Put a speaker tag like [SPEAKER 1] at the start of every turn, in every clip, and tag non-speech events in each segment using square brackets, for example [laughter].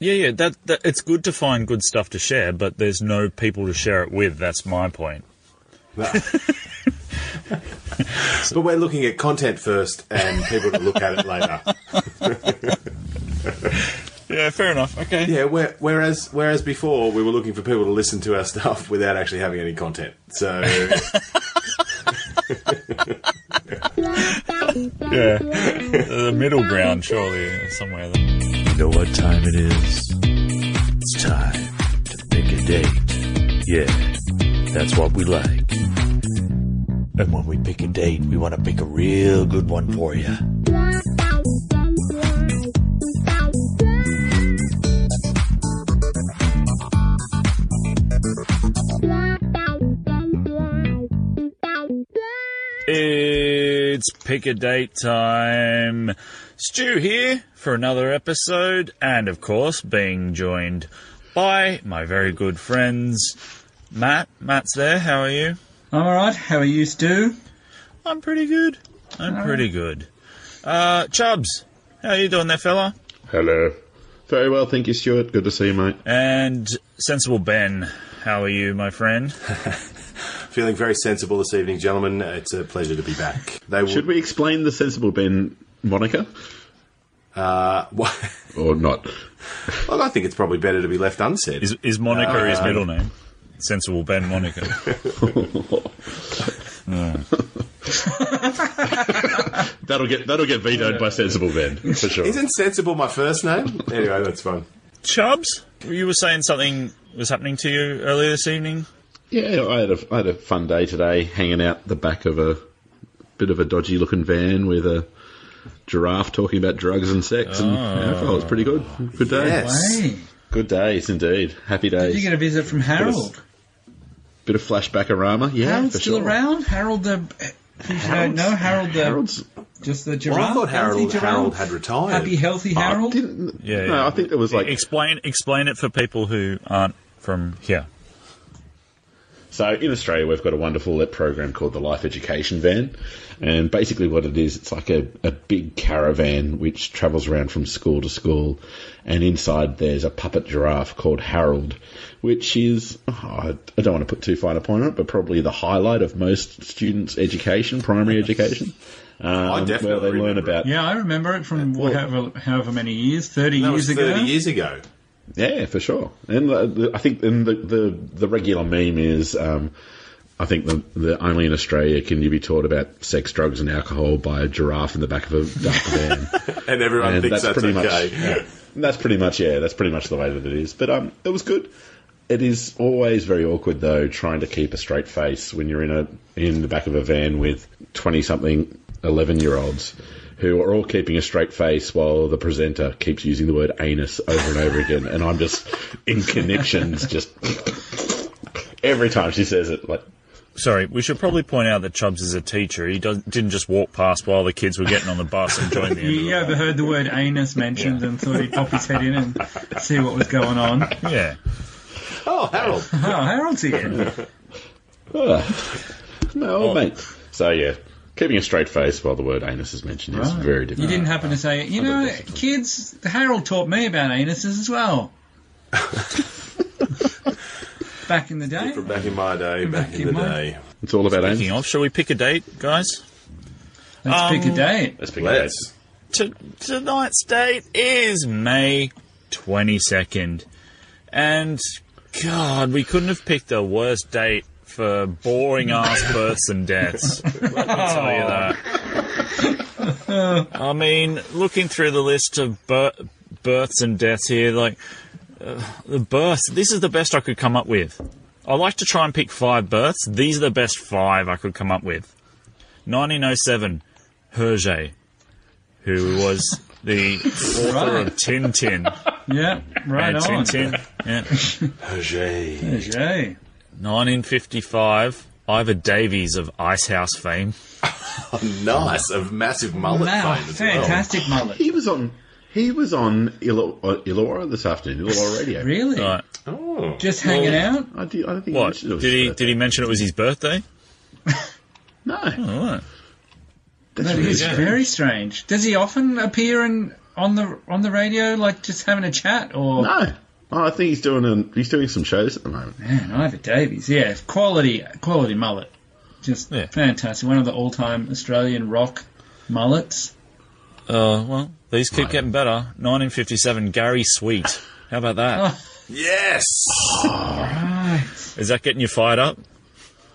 [SPEAKER 1] Yeah, yeah, that, that it's good to find good stuff to share, but there's no people to share it with. That's my point.
[SPEAKER 2] [laughs] But we're looking at content first and people to look at it later.
[SPEAKER 1] Yeah, fair enough. Okay.
[SPEAKER 2] Yeah, where, whereas whereas before we were looking for people to listen to our stuff without actually having any content. So
[SPEAKER 1] Yeah. the middle ground, surely, somewhere. There.
[SPEAKER 3] You know what time it is? It's time to pick a date. Yeah, that's what we like. And when we pick a date, we want to pick a real good one for you.
[SPEAKER 1] It's pick a date time. Stu here for another episode, and of course, being joined by my very good friends, Matt. Matt's there. How are you?
[SPEAKER 4] I'm all right. How are you, Stu?
[SPEAKER 1] I'm pretty good. I'm pretty good. Uh, Chubbs, how you doing there, fella?
[SPEAKER 5] Hello. Very well, thank you, Stuart. Good to see you, mate.
[SPEAKER 1] And sensible Ben, how are you, my friend?
[SPEAKER 2] feeling very sensible this evening, gentlemen. It's a pleasure to be back. They will,
[SPEAKER 5] Should we explain the sensible Ben moniker
[SPEAKER 2] Uh, [laughs] well,
[SPEAKER 5] or not?
[SPEAKER 2] well, I think it's probably better to be left unsaid.
[SPEAKER 1] Is is Monica his middle name? Sensible Ben Monica.
[SPEAKER 5] That'll get that'll get vetoed by sensible Ben for sure.
[SPEAKER 2] Isn't sensible my first name? Anyway, that's fine.
[SPEAKER 1] Chubbs, you were saying something was happening to you earlier this evening.
[SPEAKER 5] Yeah, I had a I had a fun day today, hanging out the back of a bit of a dodgy looking van with a giraffe talking about drugs and sex, and
[SPEAKER 4] Ah.
[SPEAKER 5] yeah, oh, it was pretty good. Good day.
[SPEAKER 2] Yes.
[SPEAKER 4] Hey,
[SPEAKER 5] Good days indeed. Happy days.
[SPEAKER 4] you get a visit from Harold.
[SPEAKER 5] bit of flashback arama. Yeah,
[SPEAKER 4] Harold's
[SPEAKER 5] for
[SPEAKER 4] still
[SPEAKER 5] sure.
[SPEAKER 4] around. Harold the. You don't know Harold the.
[SPEAKER 5] Harold's
[SPEAKER 4] just the
[SPEAKER 2] Well,
[SPEAKER 4] giraffe.
[SPEAKER 2] I thought
[SPEAKER 4] healthy
[SPEAKER 2] Harold,
[SPEAKER 4] giraffe.
[SPEAKER 2] Harold had retired.
[SPEAKER 4] Happy, healthy Harold.
[SPEAKER 5] didn't.
[SPEAKER 1] Yeah,
[SPEAKER 5] no,
[SPEAKER 1] yeah.
[SPEAKER 5] I think there was like
[SPEAKER 1] explain explain it for people who aren't from here.
[SPEAKER 5] So in Australia, we've got a wonderful program called the Life Education Van, and basically what it is, it's like a, a big caravan which travels around from school to school, and inside there's a puppet giraffe called Harold, which is oh, I I don't want to put too fine a point on it, but probably the highlight of most students'
[SPEAKER 2] [laughs]
[SPEAKER 5] education, primary education. Um,
[SPEAKER 2] definitely
[SPEAKER 5] where they learn
[SPEAKER 2] remember it.
[SPEAKER 5] about
[SPEAKER 4] Yeah, I remember it from however, however many years, 30
[SPEAKER 2] that
[SPEAKER 4] years
[SPEAKER 2] was 30
[SPEAKER 4] ago.
[SPEAKER 2] years ago.
[SPEAKER 5] Yeah, for sure. And uh, the, I think and the, the the regular meme is, um, I think the, the only in Australia can you be taught about sex, drugs, and alcohol by a giraffe in the back of a dark van.
[SPEAKER 2] And everyone
[SPEAKER 5] and
[SPEAKER 2] thinks
[SPEAKER 5] that's,
[SPEAKER 2] that's, okay.
[SPEAKER 5] pretty much. yeah. that's pretty much yeah. That's pretty much the way that it is. But um, it was good. It is always very awkward though trying to keep a straight face when you're in a in the back of a van with twenty something eleven year olds. Who are all keeping a straight face while the presenter keeps using the word anus over and over again, and I'm just in connections, just [laughs] every time she says it, like
[SPEAKER 1] Sorry, we should probably point out that Chubbs is a teacher. He does, didn't just walk past while the kids were getting on the bus and join the.
[SPEAKER 4] You,
[SPEAKER 1] End
[SPEAKER 4] you overheard the word anus mentioned and thought he'd pop his head in and see what was going on. [laughs]
[SPEAKER 1] of
[SPEAKER 4] Oh,
[SPEAKER 1] the yeah.
[SPEAKER 2] Oh, Harold.
[SPEAKER 4] Harold's here.
[SPEAKER 5] no, old mate. So yeah, keeping a straight face while the word anus is mentioned is very
[SPEAKER 4] You
[SPEAKER 5] difficult.
[SPEAKER 4] didn't happen to say, you know, kids, Harold taught me about anuses
[SPEAKER 2] [laughs]
[SPEAKER 4] as well. Back in the day.
[SPEAKER 2] From back in my day, back, in,
[SPEAKER 4] in
[SPEAKER 2] the
[SPEAKER 4] my-
[SPEAKER 2] day.
[SPEAKER 5] It's all about anus.
[SPEAKER 1] Speaking of, shall we pick a date, guys?
[SPEAKER 4] Let's pick a
[SPEAKER 1] Um,
[SPEAKER 4] date.
[SPEAKER 5] Let's pick a date.
[SPEAKER 2] Let's.
[SPEAKER 1] T- tonight's date is May 22nd. And God, we couldn't have picked a worse date for boring ass births and deaths. Let me tell you that. I mean, looking through the list of bir- births and deaths here, like uh, the births, this is the best I could come up with. I like to try and pick five births. These are the best five I could come up with. 1907, Hergé, who was the author of Tintin.
[SPEAKER 4] Yeah, right
[SPEAKER 1] Yeah,
[SPEAKER 4] on.
[SPEAKER 1] Tintin. Yeah.
[SPEAKER 2] Hergé.
[SPEAKER 4] Okay.
[SPEAKER 1] 1955, Ivor Davies of Icehouse fame.
[SPEAKER 2] Nice. A massive mullet
[SPEAKER 4] Wow,
[SPEAKER 2] fame as
[SPEAKER 4] fantastic mullet.
[SPEAKER 5] He was on. He was on Illaw- uh, Illawarra this afternoon. Illawarra radio.
[SPEAKER 4] Really?
[SPEAKER 1] Right.
[SPEAKER 2] well. Oh.
[SPEAKER 4] Just hanging out?
[SPEAKER 5] I, do, I don't think
[SPEAKER 1] What?
[SPEAKER 5] He mentioned it
[SPEAKER 1] Did
[SPEAKER 5] was
[SPEAKER 1] he,
[SPEAKER 5] his
[SPEAKER 1] did he mention it was his birthday?
[SPEAKER 5] birthday. No.
[SPEAKER 1] All right.
[SPEAKER 5] That's
[SPEAKER 4] That
[SPEAKER 5] really
[SPEAKER 4] is
[SPEAKER 5] strange.
[SPEAKER 4] very strange. Does he often appear in on the on the radio, like just having a chat, or
[SPEAKER 5] No. Oh, I think he's doing an, he's doing some shows at the moment.
[SPEAKER 4] man, Ivor Davies, yeah, quality quality mullet, just
[SPEAKER 1] Yeah.
[SPEAKER 4] fantastic. One of the all time Australian rock mullets.
[SPEAKER 1] Uh, well, these keep getting better. 1957, Gary Sweet. How about that? Is
[SPEAKER 4] Oh.
[SPEAKER 2] Yes!
[SPEAKER 4] Right,
[SPEAKER 1] that getting you fired up?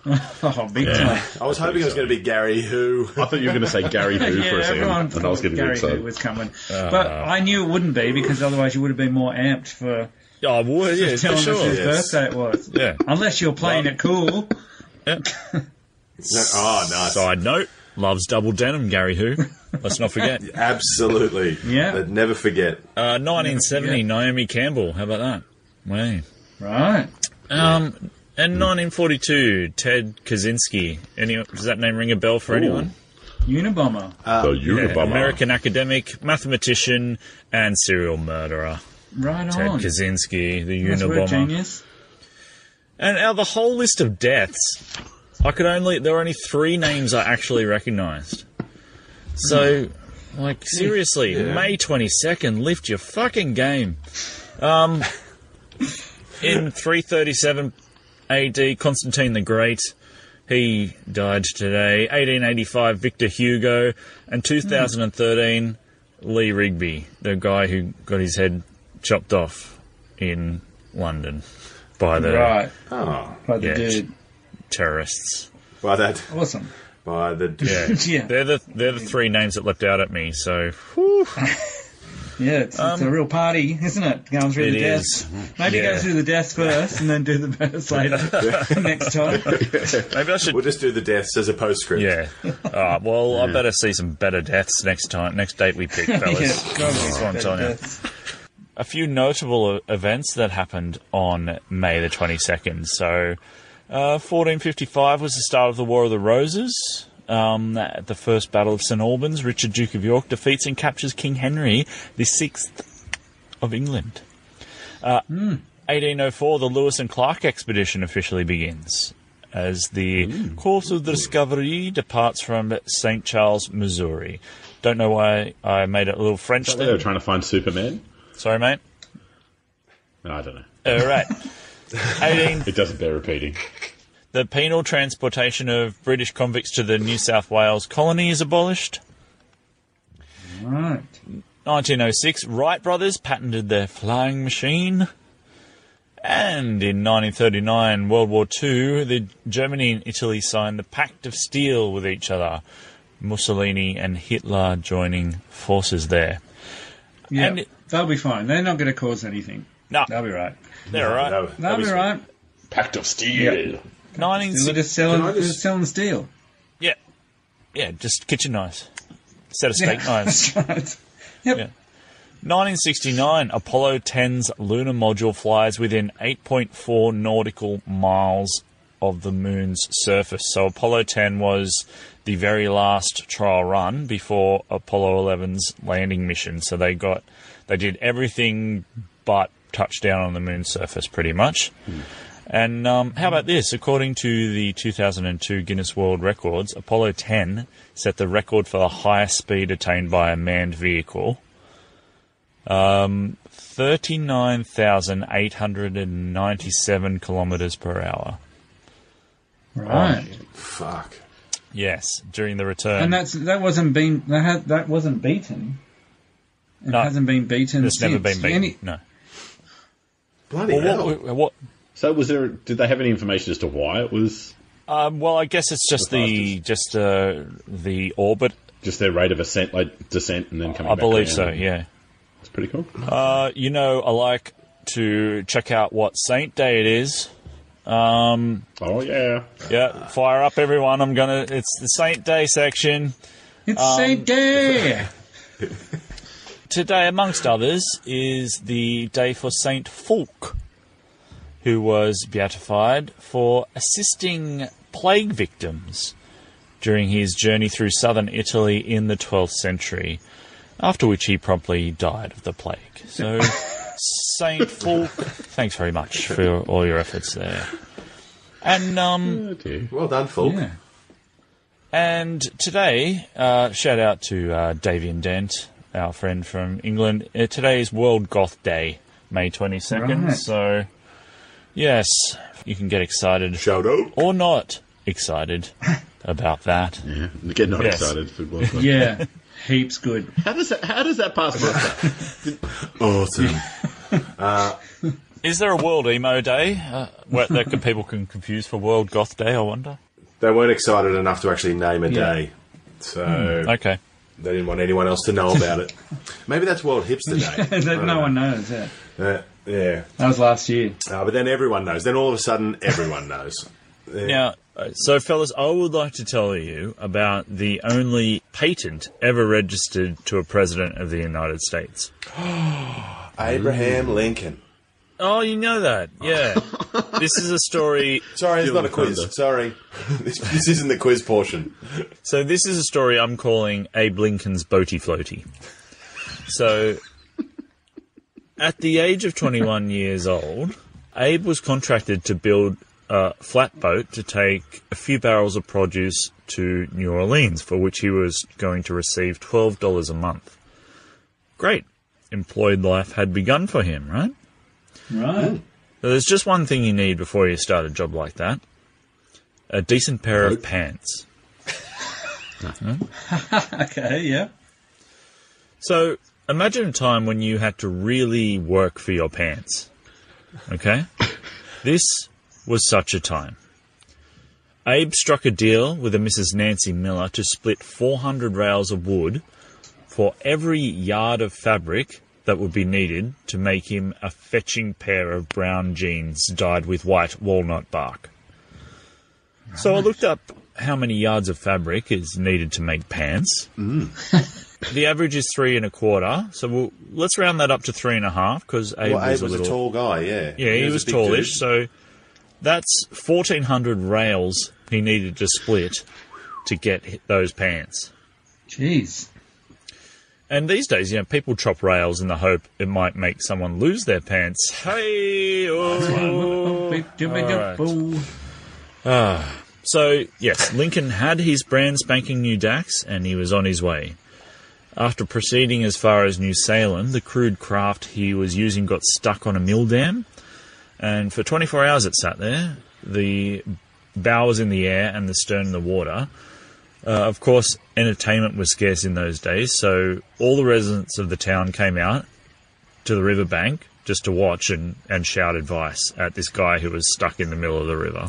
[SPEAKER 4] oh, big time.
[SPEAKER 2] I was hoping it was going to be Gary who. [laughs] Oh,
[SPEAKER 5] I thought you were going to say Gary Who
[SPEAKER 4] [laughs] yeah,
[SPEAKER 5] for a second,
[SPEAKER 4] everyone
[SPEAKER 5] and I was
[SPEAKER 4] thought
[SPEAKER 5] getting
[SPEAKER 4] Gary
[SPEAKER 5] excited. Uh,
[SPEAKER 4] Who was coming, but I knew it wouldn't be because otherwise you would have been more amped for
[SPEAKER 1] Yeah, I would. [laughs] Yeah, for
[SPEAKER 4] telling us
[SPEAKER 1] sure.
[SPEAKER 4] whose
[SPEAKER 2] yes.
[SPEAKER 4] birthday it was.
[SPEAKER 1] Yeah.
[SPEAKER 4] Unless you're playing it cool.
[SPEAKER 2] No, oh, nice.
[SPEAKER 1] Side note: loves double denim. Gary Who. Let's not [laughs] forget.
[SPEAKER 2] Absolutely.
[SPEAKER 4] Yeah.
[SPEAKER 2] They'd never forget.
[SPEAKER 1] Uh, 1970, Naomi Campbell. How about that? Wow.
[SPEAKER 4] Right.
[SPEAKER 1] Um, and 1942, Ted Kaczynski. Any, does that name ring a bell for anyone?
[SPEAKER 4] Unabomber.
[SPEAKER 5] the
[SPEAKER 1] Yeah,
[SPEAKER 5] Unabomber.
[SPEAKER 1] American academic, mathematician, and serial murderer.
[SPEAKER 4] Right
[SPEAKER 1] Ted
[SPEAKER 4] on.
[SPEAKER 1] Kaczynski, the
[SPEAKER 4] Oh. That's word
[SPEAKER 1] Unabomber.
[SPEAKER 4] genius.
[SPEAKER 1] And out of the whole list of deaths, I could only there were only three names I actually recognised. So, like seriously, May twenty second, lift your fucking game. Um, in three thirty seven A.D., Constantine the Great. He died today. 1885, Victor Hugo, and 2013, Lee Rigby, the guy who got his head chopped off in London by the
[SPEAKER 4] Right.
[SPEAKER 2] Oh.
[SPEAKER 4] By the
[SPEAKER 1] Uh, Yeah.
[SPEAKER 4] dude.
[SPEAKER 1] terrorists.
[SPEAKER 2] By that.
[SPEAKER 4] Awesome.
[SPEAKER 2] By the.
[SPEAKER 1] Yeah.
[SPEAKER 4] [laughs] Yeah.
[SPEAKER 1] They're the they're the three names that leapt out at me. So
[SPEAKER 4] Yeah, it's, it's a real party, isn't it? Going through
[SPEAKER 1] It
[SPEAKER 4] the deaths. Maybe
[SPEAKER 1] Yeah.
[SPEAKER 4] go through the deaths first and then do the births later [laughs] next time.
[SPEAKER 1] maybe I should.
[SPEAKER 2] We'll just do the deaths as a postscript.
[SPEAKER 1] [laughs] Yeah. Alright, well, I better see some better deaths next time. Next date we pick, fellas.
[SPEAKER 4] [laughs] Yeah, go with
[SPEAKER 1] That's what I'm
[SPEAKER 4] the
[SPEAKER 1] telling you.
[SPEAKER 4] deaths.
[SPEAKER 1] A few notable uh, events that happened on May the 22nd. So, uh, 1455 was the start of the War of the Roses. Um, at the First Battle of St Albans, Richard, Duke of York, defeats and captures King Henry the Sixth of England. Uh, 1804, the Lewis and Clark expedition officially begins as the course of the Discovery departs from St. Charles, Missouri. Don't know why I made it a little French
[SPEAKER 5] They were
[SPEAKER 1] there.
[SPEAKER 5] trying to find Superman.
[SPEAKER 1] Sorry, mate.
[SPEAKER 5] No, I don't know.
[SPEAKER 1] All right. 18,
[SPEAKER 5] It doesn't bear repeating.
[SPEAKER 1] the penal transportation of British convicts to the New South Wales colony is abolished.
[SPEAKER 4] Right.
[SPEAKER 1] 1906, Wright brothers patented their flying machine. And in 1939, World War II, the Germany and Italy signed the Pact of Steel with each other. Mussolini and Hitler joining forces there.
[SPEAKER 4] Yeah.
[SPEAKER 1] And-
[SPEAKER 4] They'll be fine. They're not going to cause anything.
[SPEAKER 1] No,
[SPEAKER 4] They'll be right.
[SPEAKER 1] they're all right.
[SPEAKER 2] That would-
[SPEAKER 4] They'll
[SPEAKER 2] that'd
[SPEAKER 4] be
[SPEAKER 2] be
[SPEAKER 4] right.
[SPEAKER 5] Pact of Steel.
[SPEAKER 4] They're
[SPEAKER 1] 1960
[SPEAKER 4] just selling,
[SPEAKER 2] Can I just-
[SPEAKER 4] they're selling steel.
[SPEAKER 1] yeah, yeah, just kitchen knives, set of steak knives.
[SPEAKER 4] [laughs] That's right.
[SPEAKER 1] 1969, Apollo 10's lunar module flies within 8.4 nautical miles of the moon's surface. So Apollo 10 was the very last trial run before Apollo 11's landing mission. So they got they did everything but touch down on the moon's surface pretty much. And um, how about this? According to the 2002 Guinness World Records, Apollo 10 set the record for the highest speed attained by a manned vehicle. 39,897 kilometers per hour.
[SPEAKER 4] Right.
[SPEAKER 2] Fuck.
[SPEAKER 1] Yes, during the return.
[SPEAKER 4] And that's that wasn't been that had, that wasn't beaten. It
[SPEAKER 1] No.
[SPEAKER 4] hasn't been beaten.
[SPEAKER 1] it's never been
[SPEAKER 4] since.
[SPEAKER 1] beaten.
[SPEAKER 4] Any-
[SPEAKER 1] no.
[SPEAKER 2] Bloody hell.
[SPEAKER 1] Well, what, what,
[SPEAKER 5] So was there? Did they have any information as to why it was
[SPEAKER 1] um, well, I guess it's just
[SPEAKER 5] The
[SPEAKER 1] the just uh, the orbit.
[SPEAKER 5] just their rate of ascent, like descent, and then coming?
[SPEAKER 1] I
[SPEAKER 5] back
[SPEAKER 1] believe
[SPEAKER 5] down?
[SPEAKER 1] so. Yeah.
[SPEAKER 5] it's pretty cool.
[SPEAKER 1] Uh, you know, I like to check out what Saint Day it is.
[SPEAKER 5] oh yeah,
[SPEAKER 1] Yeah, fire up everyone. I'm gonna. It's the Saint Day section.
[SPEAKER 4] It's Saint Day.
[SPEAKER 1] Today, amongst others, is the day for Saint Fulk, who was beatified for assisting plague victims during his journey through southern Italy in the 12th century, after which he promptly died of the plague. So, Saint Fulk, thanks very much for all your efforts there. And um,
[SPEAKER 5] Oh, dear.
[SPEAKER 2] Well done, Fulk.
[SPEAKER 4] Yeah.
[SPEAKER 1] and today, uh, shout out to uh, Davy and Dent, our friend from England. Uh, today is World Goth Day, May 22nd.
[SPEAKER 4] Right.
[SPEAKER 1] So, yes, you can get excited
[SPEAKER 2] Shout out.
[SPEAKER 1] or not excited about that.
[SPEAKER 5] Yeah, get not
[SPEAKER 1] Yes.
[SPEAKER 5] excited for
[SPEAKER 4] [laughs]
[SPEAKER 5] World Cup.
[SPEAKER 4] [laughs] Yeah, heaps good. [laughs]
[SPEAKER 5] How does that? How does that pass muster?
[SPEAKER 2] Awesome.
[SPEAKER 1] Is there a World Emo Day uh, where, that could- people can confuse for World Goth Day? I wonder.
[SPEAKER 2] they weren't excited enough to actually name a
[SPEAKER 4] Yeah. Hmm.
[SPEAKER 2] day. So
[SPEAKER 1] Okay.
[SPEAKER 2] they didn't want anyone else to know about
[SPEAKER 4] [laughs]
[SPEAKER 2] it. Maybe that's World Hipster Day.
[SPEAKER 4] That no one knows. Yeah,
[SPEAKER 2] Uh, yeah.
[SPEAKER 4] that was last year.
[SPEAKER 2] Uh, but then everyone knows. Then all of a sudden, everyone knows.
[SPEAKER 1] Now, uh, so fellas, I would like to tell you about the only patent ever registered to a president of the United States.
[SPEAKER 2] Abraham Lincoln.
[SPEAKER 1] Oh, you know that? Yeah. this is a story.
[SPEAKER 2] Sorry, it's not a
[SPEAKER 5] with
[SPEAKER 2] quiz.
[SPEAKER 5] thunder.
[SPEAKER 2] Sorry. this, this isn't the
[SPEAKER 1] [laughs]
[SPEAKER 2] quiz portion.
[SPEAKER 1] So this is a story I'm calling Abe Lincoln's Boaty Floaty. So, at the age of 21 years old, Abe was contracted to build a flatboat to take a few barrels of produce to New Orleans, for which he was going to receive $12 a month. Great. Employed life had begun for him, right?
[SPEAKER 4] Right.
[SPEAKER 1] Now, there's just one thing you need before you start a job like that a decent pair of pants.
[SPEAKER 4] Okay. Yeah.
[SPEAKER 1] So imagine a time when you had to really work for your pants. Okay? this was such a time. Abe struck a deal with a Mrs. Nancy Miller to split 400 rails of wood for every yard of fabric that would be needed to make him a fetching pair of brown jeans dyed with white walnut bark. So I looked up how many yards of fabric is needed to make pants.
[SPEAKER 2] Mm.
[SPEAKER 1] The average is three and a quarter, so we'll, let's round that up to three and a half because Abe
[SPEAKER 2] Well,
[SPEAKER 1] was
[SPEAKER 2] Abe was
[SPEAKER 1] a
[SPEAKER 2] a
[SPEAKER 1] little.
[SPEAKER 2] tall guy, yeah.
[SPEAKER 1] yeah, he, was,
[SPEAKER 2] a big
[SPEAKER 1] tallish,
[SPEAKER 2] dude.
[SPEAKER 1] so that's fourteen hundred rails he needed to split to get hi- those pants.
[SPEAKER 4] Jeez.
[SPEAKER 1] And these days, you know, people chop rails in the hope it might make someone lose their pants. Hey, oh. right. So, yes, Lincoln had his brand spanking new Dax and he was on his way. After proceeding as far as New Salem, the crude craft he was using got stuck on a mill dam, and for 24 hours it sat there. The bow was in the air and the stern in the water. Uh, of course, entertainment was scarce in those days, so all the residents of the town came out to the riverbank just to watch and, and shout advice at this guy who was stuck in the middle of the river.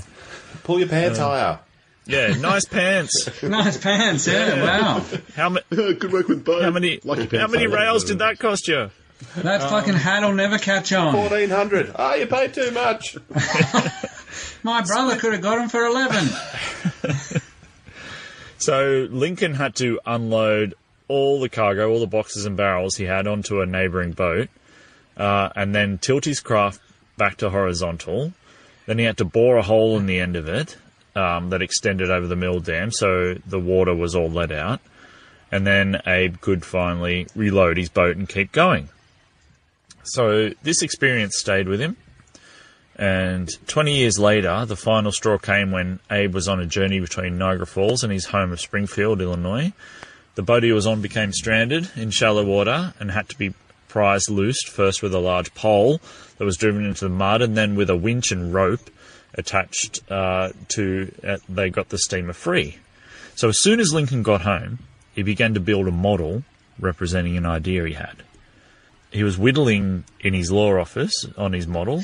[SPEAKER 2] Pull your pants higher.
[SPEAKER 1] Yeah, nice pants.
[SPEAKER 4] Nice pants. Yeah. Wow.
[SPEAKER 1] How, ma-
[SPEAKER 5] [laughs] Good work with both.
[SPEAKER 1] how
[SPEAKER 5] [laughs]
[SPEAKER 1] many how many rails did that cost you?
[SPEAKER 4] That fucking hat'll never catch on.
[SPEAKER 2] 1400. Ah, you paid too much.
[SPEAKER 4] My brother could have got him for eleven.
[SPEAKER 1] So Lincoln had to unload all the cargo, all the boxes and barrels he had onto a neighbouring boat, uh, and then tilt his craft back to horizontal. Then he had to bore a hole in the end of it um, that extended over the mill dam, so the water was all let out. And then Abe could finally reload his boat and keep going. So this experience stayed with him. And 20 years later, the final straw came when Abe was on a journey between Niagara Falls and his home of Springfield, Illinois. The boat he was on became stranded in shallow water and had to be prized loosed, first with a large pole that was driven into the mud and then with a winch and rope attached uh, to, uh, they got the steamer free. So as soon as Lincoln got home, he began to build a model representing an idea he had. He was whittling in his law office on his model,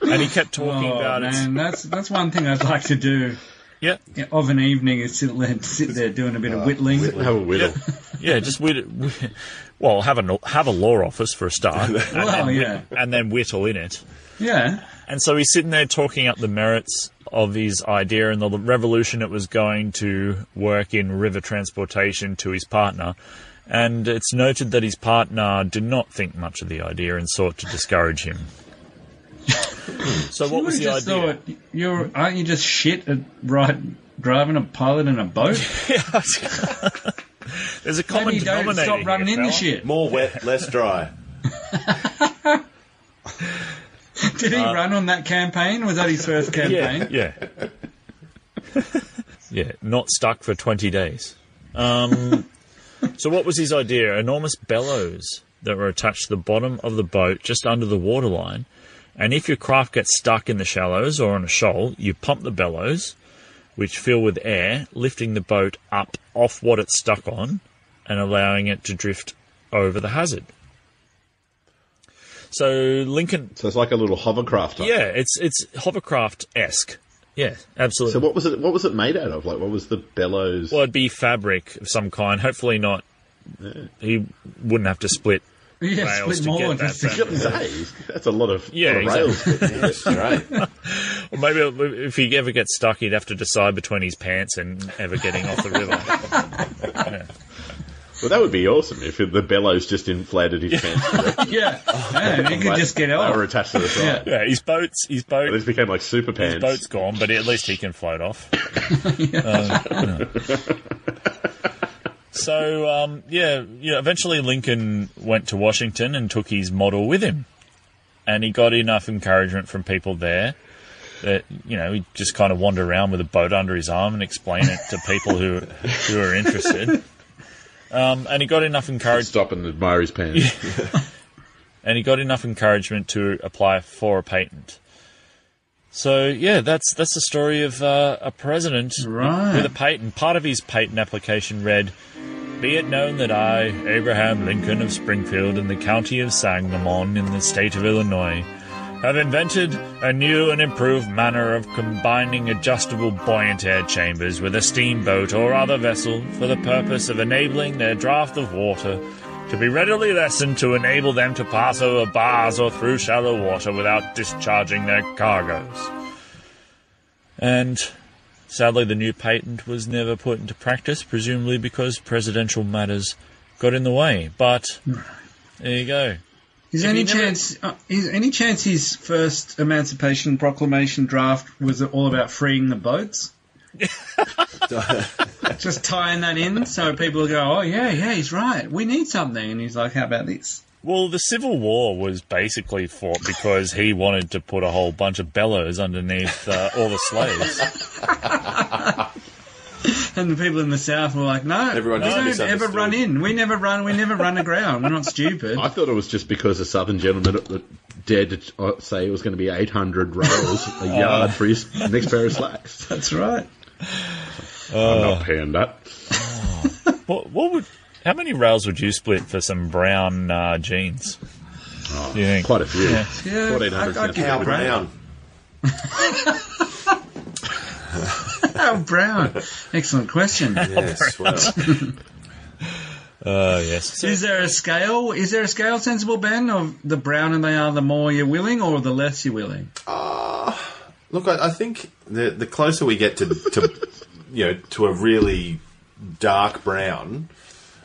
[SPEAKER 1] and he kept talking
[SPEAKER 4] Oh
[SPEAKER 1] about it.
[SPEAKER 4] man, that's that's one thing I'd like to do
[SPEAKER 1] Yeah,
[SPEAKER 4] yeah, of an evening is sit there, sit there doing a bit of Uh, whittling.
[SPEAKER 5] Have a whittle.
[SPEAKER 1] yeah, just whittle. [laughs] Well, have a have a law office for a
[SPEAKER 4] [laughs]
[SPEAKER 1] start, and,
[SPEAKER 4] Well, yeah,
[SPEAKER 1] and then whittle in it.
[SPEAKER 4] yeah.
[SPEAKER 1] And so he's sitting there talking up the merits of his idea and the revolution it was going to work in river transportation to his partner. And it's noted that his partner did not think much of the idea and sought to discourage
[SPEAKER 4] [laughs]
[SPEAKER 1] him. so, what was the
[SPEAKER 4] Would've
[SPEAKER 1] idea?
[SPEAKER 4] just thought, you're aren't you just shit at right driving a pilot in
[SPEAKER 1] [laughs]
[SPEAKER 4] a boat? [laughs]
[SPEAKER 1] There's a common
[SPEAKER 4] Maybe don't
[SPEAKER 1] denominator.
[SPEAKER 4] stop
[SPEAKER 1] here,
[SPEAKER 4] running in the
[SPEAKER 1] fella.
[SPEAKER 4] shit. [laughs]
[SPEAKER 2] More wet, less
[SPEAKER 1] [laughs]
[SPEAKER 2] dry.
[SPEAKER 4] Did he run on that campaign? Was that his first campaign?
[SPEAKER 1] Uh, [laughs]
[SPEAKER 4] [laughs]
[SPEAKER 1] Yeah. yeah. Not stuck for 20 days. Um, So what was his idea? Enormous bellows that were attached to the bottom of the boat just under the waterline. And if your craft gets stuck in the shallows or on a shoal, you pump the bellows, which fill with air, lifting the boat up off what it's stuck on and allowing it to drift over the hazard. So Lincoln,
[SPEAKER 5] So it's like a little hovercraft.
[SPEAKER 1] yeah, it's it's hovercraft esque, yeah, absolutely.
[SPEAKER 5] So what was it? What was it made out of? Like, what was the bellows?
[SPEAKER 1] Well, it'd be fabric of some kind. Hopefully not. He wouldn't have to split.
[SPEAKER 4] Yeah,
[SPEAKER 1] Rails
[SPEAKER 4] split
[SPEAKER 1] to
[SPEAKER 4] more
[SPEAKER 1] get
[SPEAKER 4] and
[SPEAKER 1] that
[SPEAKER 4] just
[SPEAKER 1] back.
[SPEAKER 5] Goodness, eh? that's a lot of,
[SPEAKER 1] Yeah,
[SPEAKER 5] lot of rails. [laughs]
[SPEAKER 2] Yes, right.
[SPEAKER 1] Or maybe if he ever gets stuck, he'd have to decide between his pants and ever getting off the river.
[SPEAKER 5] Well, that would be awesome if the bellows just inflated his pants.
[SPEAKER 1] [laughs]
[SPEAKER 4] [laughs] Yeah, yeah you could just get
[SPEAKER 5] They were
[SPEAKER 4] off.
[SPEAKER 5] attached to the side.
[SPEAKER 1] [laughs]
[SPEAKER 4] Yeah.
[SPEAKER 1] Yeah, his boat's his
[SPEAKER 5] But
[SPEAKER 1] boat
[SPEAKER 5] this became like super pants.
[SPEAKER 1] his boat's gone, but at least he can float off. Uh, yeah. So um, yeah, you know, eventually Lincoln went to Washington and took his model with him, and he got enough encouragement from people there that you know he just kind of wander around with a boat under his arm and explain it to people who who are interested. Um, and he got enough encouragement,
[SPEAKER 5] Stop and admire his pants.
[SPEAKER 1] and he got enough encouragement to apply for a patent. So yeah, that's that's the story of uh, a president
[SPEAKER 4] Right.
[SPEAKER 1] with a patent. Part of his patent application read, "Be it known that I, Abraham Lincoln of Springfield, in the county of Sangamon, in the state of Illinois, have invented a new and improved manner of combining adjustable buoyant air chambers with a steamboat or other vessel for the purpose of enabling their draft of water." To be readily lessened to enable them to pass over bars or through shallow water without discharging their cargoes. And sadly, the new patent was never put into practice, presumably because presidential matters got in the way. But there you go.
[SPEAKER 4] Is any
[SPEAKER 1] you never-
[SPEAKER 4] chance? Uh, is any chance his first Emancipation Proclamation draft was all about freeing
[SPEAKER 1] [laughs]
[SPEAKER 4] the boats? Just tying that in so people go, oh yeah, yeah, he's right. We need something, and he's like, how about this?
[SPEAKER 1] Well, the Civil War was basically fought because he wanted to put a whole bunch of bellows underneath uh, all the slaves.
[SPEAKER 4] And the people in the south were like, no,
[SPEAKER 2] Everyone
[SPEAKER 4] we
[SPEAKER 2] just
[SPEAKER 4] don't ever
[SPEAKER 2] misunderstood.
[SPEAKER 4] run in. We never run. We never run aground. We're
[SPEAKER 2] [laughs]
[SPEAKER 4] not stupid.
[SPEAKER 5] I thought it was just because a southern gentleman dared to uh, say it was going to be 800 rails
[SPEAKER 1] [laughs]
[SPEAKER 5] a
[SPEAKER 1] Oh.
[SPEAKER 5] yard for his next pair of slacks.
[SPEAKER 4] That's right.
[SPEAKER 1] Oh.
[SPEAKER 5] I'm not paying that.
[SPEAKER 1] what, what would? How many rails would you split for some brown uh, jeans? Do you think?
[SPEAKER 5] Oh. Quite a few.
[SPEAKER 1] Yeah.
[SPEAKER 4] Yeah,
[SPEAKER 5] 1400
[SPEAKER 4] I- I'd give
[SPEAKER 2] How
[SPEAKER 4] it brown.
[SPEAKER 2] brown? [laughs]
[SPEAKER 4] How brown? Excellent question.
[SPEAKER 2] Yes, well,
[SPEAKER 1] [laughs] Oh yes.
[SPEAKER 4] Is there a scale? Is there a scale sensible, Ben? Of the browner they are, the more you're willing, or the less you're willing?
[SPEAKER 2] look, I, I think the the closer we get to, to you know to a really dark brown,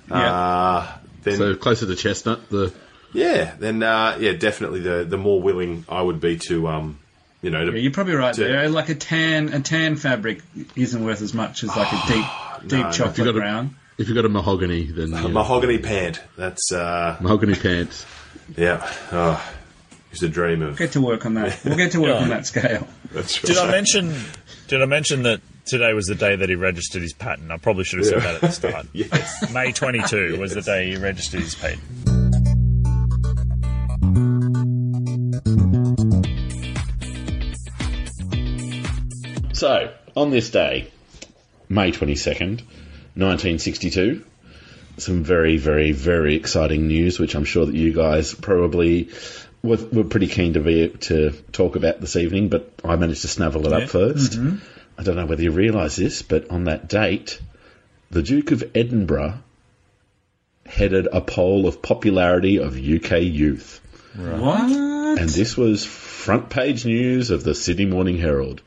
[SPEAKER 2] uh, then
[SPEAKER 5] So closer to Chestnut, the
[SPEAKER 2] yeah, then uh, yeah, definitely the the more willing I would be to um you know to
[SPEAKER 4] Yeah, you're probably right
[SPEAKER 2] Yeah.
[SPEAKER 4] there. Like a tan, a tan fabric isn't worth as much as like a deep,
[SPEAKER 2] Ah,
[SPEAKER 4] deep
[SPEAKER 5] You
[SPEAKER 4] chocolate
[SPEAKER 5] got a-
[SPEAKER 4] brown.
[SPEAKER 5] if you've got a mahogany, then you know,
[SPEAKER 2] mahogany pant. That's uh
[SPEAKER 5] mahogany pants.
[SPEAKER 2] yeah. Oh, it's a dream of.
[SPEAKER 4] Get to work on that. We'll get to work
[SPEAKER 1] Yeah.
[SPEAKER 4] on that scale.
[SPEAKER 2] That's
[SPEAKER 1] Did I
[SPEAKER 2] right.
[SPEAKER 1] mention? Did I mention that today was the day that he registered his patent? I probably should have said that at the
[SPEAKER 5] [laughs]
[SPEAKER 1] start.
[SPEAKER 2] Yes.
[SPEAKER 1] May 22 was the day he registered his patent.
[SPEAKER 5] So, on this day, May 22nd, 1962, some very, very, very exciting news, which I'm sure that you guys probably were, were pretty keen to be to talk about this evening, but I managed to snavel it
[SPEAKER 1] Yeah.
[SPEAKER 5] up 1st I don't know whether you realise this, but on that date, the Duke of Edinburgh headed a poll of popularity of UK youth.
[SPEAKER 4] What?
[SPEAKER 5] And this was front page news of the Sydney Morning Herald.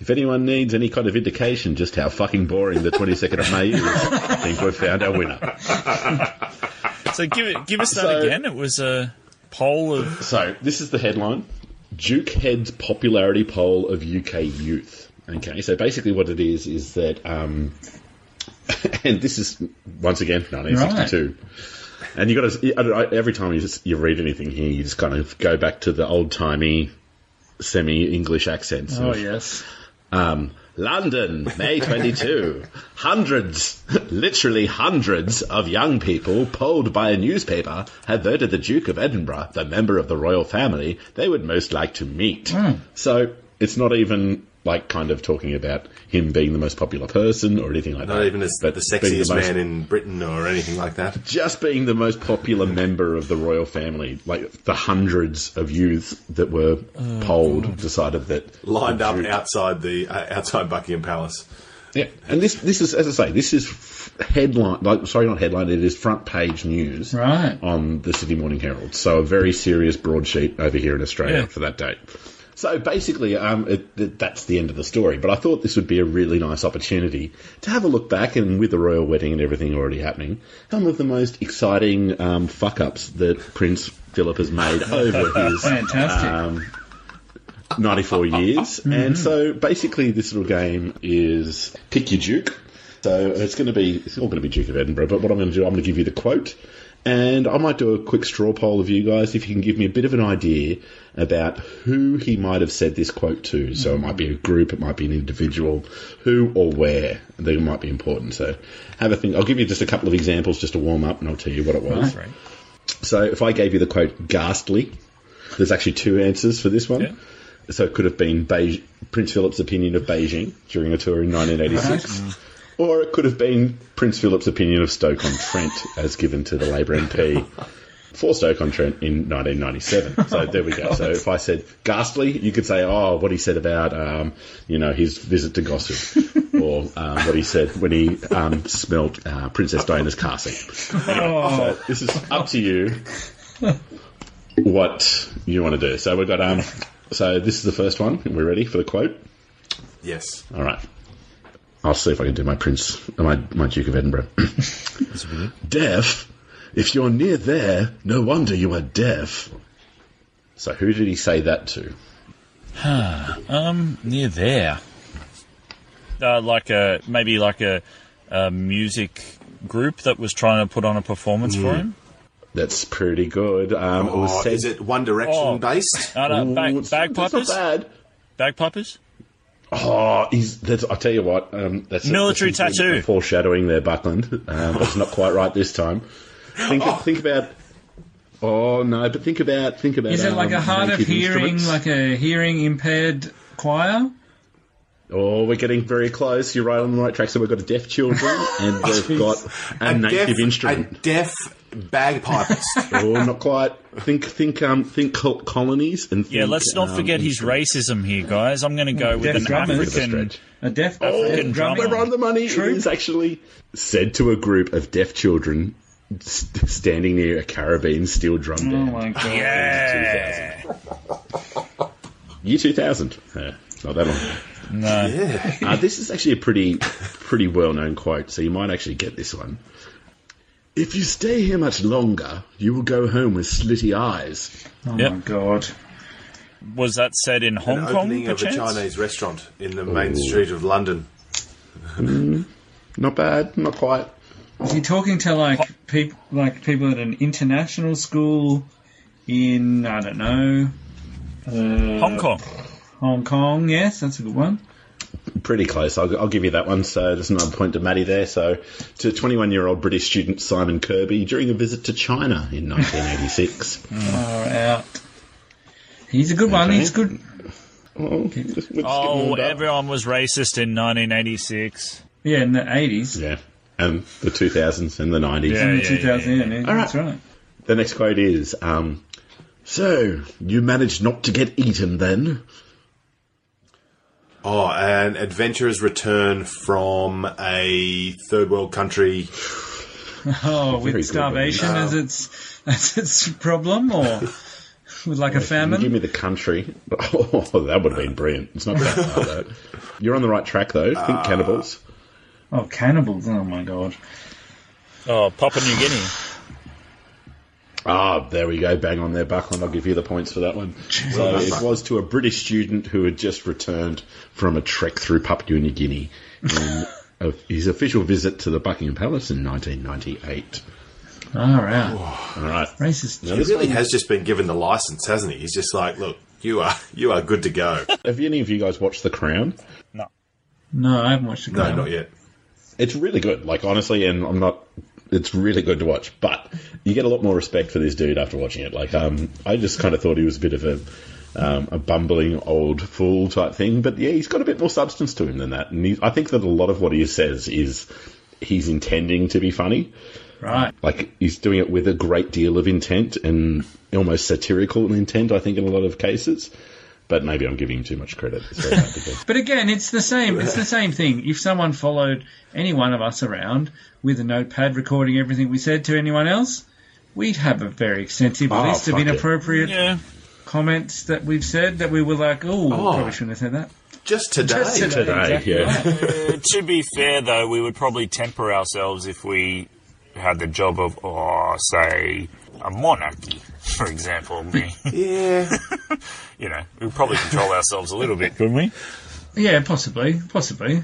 [SPEAKER 5] If anyone needs any kind of indication just how fucking boring the 22nd of May is, I think we've found our winner.
[SPEAKER 1] So give it, give us that
[SPEAKER 5] So-
[SPEAKER 1] again. It was a poll of
[SPEAKER 5] So, this is the headline Duke heads popularity poll of UK youth. Okay, so basically what it is is that, um, [laughs] and this is once again 1962. And you got to I don't know, every time you just, you read anything here, you just kind of go back to the old timey, semi English accents.
[SPEAKER 4] Oh
[SPEAKER 5] of-
[SPEAKER 4] yes.
[SPEAKER 5] Um, London, May 22. hundreds, literally hundreds of young people polled by a newspaper had voted the Duke of Edinburgh the member of the royal family they would most like to meet. So it's not even like kind of talking about him being the most popular person or anything like that.
[SPEAKER 2] Not even as the
[SPEAKER 5] but being
[SPEAKER 2] sexiest
[SPEAKER 5] most-
[SPEAKER 2] man in Britain or anything like that.
[SPEAKER 5] just being the most popular member of the royal family, like the hundreds of youth that were polled, decided that
[SPEAKER 2] Lined up outside the uh, outside Buckingham Palace.
[SPEAKER 5] Yeah, and this this is as I say, this is f- headline. Like, sorry, not headline. It is front page news
[SPEAKER 4] Right.
[SPEAKER 5] on the Sydney Morning Herald. So a very serious broadsheet over here in Australia
[SPEAKER 1] Yeah.
[SPEAKER 5] for that date. So basically, um, it, it, that's the end of the story. But I thought this would be a really nice opportunity to have a look back and with the royal wedding and everything already happening, some of the most exciting um, fuck ups that Prince Philip has made over his
[SPEAKER 4] Fantastic.
[SPEAKER 5] um, 94 years. And so basically, this little game is pick your Duke. So it's going to be, it's all going to be Duke of Edinburgh, but what I'm going to do, I'm going to give you the quote. And I might do a quick straw poll of you guys if you can give me a bit of an idea about who he might have said this quote to. So it might be a group, it might be an individual, who or where. They might be important. So have a think. I'll give you just a couple of examples just to warm up and I'll tell you what it was.
[SPEAKER 1] Right.
[SPEAKER 5] So if I gave you the quote ghastly, there's actually two answers for this one.
[SPEAKER 1] Yeah.
[SPEAKER 5] So it could have been Beij- Prince Philip's opinion of Beijing during a tour in 1986, or it could have been Prince Philip's opinion of Stoke on Trent as given to the Labour MP for Stoke on Trent in 1997. So there we go. So if I said ghastly, you could say, oh, what he said about, um, you know, his visit to Gossip, or um, what he said when he um, smelt uh, Princess Diana's castle. So this is up to you what you want to do. So we've got um. So this is the first one. We're ready for the quote.
[SPEAKER 2] Yes.
[SPEAKER 5] All right. I'll see if I can do my Prince, my my Duke of Edinburgh. deaf. If you're near there, no wonder you are deaf. So who did he say that to?
[SPEAKER 1] Um, near there. Uh, like a maybe like a, a music group that was trying to put on a performance for
[SPEAKER 5] Mm.
[SPEAKER 1] him.
[SPEAKER 5] That's pretty good. Um, it was
[SPEAKER 2] Oh,
[SPEAKER 5] said.
[SPEAKER 2] is it uh, One Direction
[SPEAKER 1] Oh.
[SPEAKER 2] based?
[SPEAKER 1] No, no,
[SPEAKER 5] Ooh,
[SPEAKER 1] bag,
[SPEAKER 5] it's- That's
[SPEAKER 1] bagpipers.
[SPEAKER 5] not bad.
[SPEAKER 1] Bagpipers.
[SPEAKER 5] Oh, he's. That's, I'll tell you what. Um, that's a-
[SPEAKER 1] Military
[SPEAKER 5] that's a-
[SPEAKER 1] tattoo.
[SPEAKER 5] foreshadowing there, Buckland. Um, it's not quite right this time. Think, think about. Oh no, but think about think about.
[SPEAKER 4] Is it like
[SPEAKER 5] um,
[SPEAKER 4] a hard of
[SPEAKER 5] native
[SPEAKER 4] hearing,
[SPEAKER 5] instruments.
[SPEAKER 4] like a hearing impaired choir?
[SPEAKER 5] Oh, we're getting very close. You're right on the right track. So we've got deaf
[SPEAKER 4] [laughs]
[SPEAKER 5] children, and we've got a, native
[SPEAKER 2] deaf,
[SPEAKER 5] instrument.
[SPEAKER 2] [laughs] A deaf
[SPEAKER 5] [laughs]
[SPEAKER 2] bagpipist.
[SPEAKER 5] oh, not quite. Think think um think col- colonies and
[SPEAKER 1] Yeah,
[SPEAKER 5] think,
[SPEAKER 1] let's not
[SPEAKER 5] um,
[SPEAKER 1] forget his racism here, guys. I'm going to go with
[SPEAKER 4] Deaf
[SPEAKER 1] an
[SPEAKER 4] drummers.
[SPEAKER 5] Bit of a
[SPEAKER 1] African.
[SPEAKER 5] stretch.
[SPEAKER 4] A deaf
[SPEAKER 1] African
[SPEAKER 4] African
[SPEAKER 1] drummer.
[SPEAKER 5] We're on
[SPEAKER 4] drumming.
[SPEAKER 5] the money.
[SPEAKER 4] True.
[SPEAKER 5] It is actually said to a group of deaf children st- standing near a Caribbean steel drum
[SPEAKER 4] Oh
[SPEAKER 5] band.
[SPEAKER 4] my god.
[SPEAKER 1] Yeah.
[SPEAKER 5] Year 2000. Uh, not that
[SPEAKER 4] [laughs]
[SPEAKER 5] long.
[SPEAKER 1] No.
[SPEAKER 2] yeah.
[SPEAKER 5] Uh, this is actually a pretty, pretty well-known quote, so you might actually get this one. If you stay here much longer, you will go home with slitty eyes.
[SPEAKER 4] Oh
[SPEAKER 1] Yep.
[SPEAKER 4] my god.
[SPEAKER 1] Was that said in Hong
[SPEAKER 2] An
[SPEAKER 1] Kong,
[SPEAKER 2] opening of a
[SPEAKER 1] perchance?
[SPEAKER 2] Chinese restaurant in the main
[SPEAKER 5] Ooh.
[SPEAKER 2] street of London.
[SPEAKER 5] Not bad, not quite.
[SPEAKER 4] Is he talking to like people, like people at an international school in I don't know uh,
[SPEAKER 1] Hong Kong.
[SPEAKER 4] Hong Kong? Yes, that's a good one.
[SPEAKER 5] Pretty close. I'll, I'll give you that one. So there's another point to Maddie there. So to 21-year-old British student Simon Kirby during a visit to China in 1986.
[SPEAKER 4] Far out. He's a good one.
[SPEAKER 5] Okay.
[SPEAKER 4] He's good.
[SPEAKER 5] Oh, we're just getting
[SPEAKER 1] Oh,
[SPEAKER 5] warmed up.
[SPEAKER 1] everyone was racist in 1986.
[SPEAKER 4] Yeah, in the eighties.
[SPEAKER 5] Yeah, and the 2000s and the 90s.
[SPEAKER 1] Yeah, yeah,
[SPEAKER 4] Two thousand. Yeah,
[SPEAKER 5] All
[SPEAKER 4] That's right.
[SPEAKER 5] The next quote is, um, "So you managed not to get eaten then?"
[SPEAKER 2] Oh, an adventurer's return from a third world country.
[SPEAKER 4] Oh,
[SPEAKER 5] Very
[SPEAKER 4] with
[SPEAKER 5] good
[SPEAKER 4] starvation
[SPEAKER 2] one.
[SPEAKER 4] as its [laughs] as its
[SPEAKER 5] [laughs]
[SPEAKER 4] problem, or with like a
[SPEAKER 1] Mm-hmm.
[SPEAKER 5] Can you give
[SPEAKER 4] famine.
[SPEAKER 5] me the country. [laughs] Oh, that would have been brilliant. It's not that
[SPEAKER 1] [laughs]
[SPEAKER 5] far though. You're on the right track though.
[SPEAKER 1] Ah.
[SPEAKER 5] Think cannibals.
[SPEAKER 4] Oh, cannibals! Oh my god.
[SPEAKER 1] Oh, Papua New Guinea.
[SPEAKER 5] Ah, there we go. Bang on there, Buckland. I'll give you the points for that one. So
[SPEAKER 2] done,
[SPEAKER 5] it
[SPEAKER 2] Buckland.
[SPEAKER 5] was to a British student who had just returned from a trek through Papua New Guinea
[SPEAKER 1] [laughs]
[SPEAKER 5] in of his official visit to the Buckingham Palace in 1998.
[SPEAKER 4] All Ah, right.
[SPEAKER 5] All right.
[SPEAKER 4] Racist.
[SPEAKER 5] Now,
[SPEAKER 2] He
[SPEAKER 5] this
[SPEAKER 2] really has just been given the license, hasn't he? He's just like, look, you are you are good to go.
[SPEAKER 5] Have any of you guys watched The Crown?
[SPEAKER 1] No.
[SPEAKER 4] No, I haven't watched the
[SPEAKER 2] No,
[SPEAKER 4] Crown.
[SPEAKER 2] not yet.
[SPEAKER 5] It's really good, like honestly, and I'm not. It's really good to watch, but you get a lot more respect for this dude after watching it. Like, um, I just kind of thought he was a bit of a um, a bumbling old fool type thing, but yeah, he's got a bit more substance to him than that. And he, I think that a lot of what he says is he's intending to be funny.
[SPEAKER 4] Right.
[SPEAKER 5] Like, he's doing it with a great deal of intent and almost satirical intent. I think in a lot of cases, but maybe I'm giving him too much credit. It's very hard to do.
[SPEAKER 4] But again, it's the same. It's the same thing. If someone followed any one of us around with a notepad recording everything we said to anyone else, we'd have a very extensive
[SPEAKER 5] Oh,
[SPEAKER 4] list of
[SPEAKER 5] fuck it.
[SPEAKER 4] inappropriate
[SPEAKER 1] Yeah.
[SPEAKER 4] comments that we've said that we were like, "Ooh,
[SPEAKER 2] Oh.
[SPEAKER 4] probably shouldn't have said that."
[SPEAKER 2] Just today.
[SPEAKER 4] Just today.
[SPEAKER 5] Today,
[SPEAKER 4] Exactly
[SPEAKER 5] yeah.
[SPEAKER 4] right.
[SPEAKER 6] Uh, to be fair, though, we would probably temper ourselves if we had the job of, oh, say, a monarchy, [laughs] for example. being-
[SPEAKER 2] Yeah.
[SPEAKER 6] [laughs] you know, we'd probably control ourselves a little bit.
[SPEAKER 1] Couldn't we?
[SPEAKER 4] Yeah, possibly, possibly.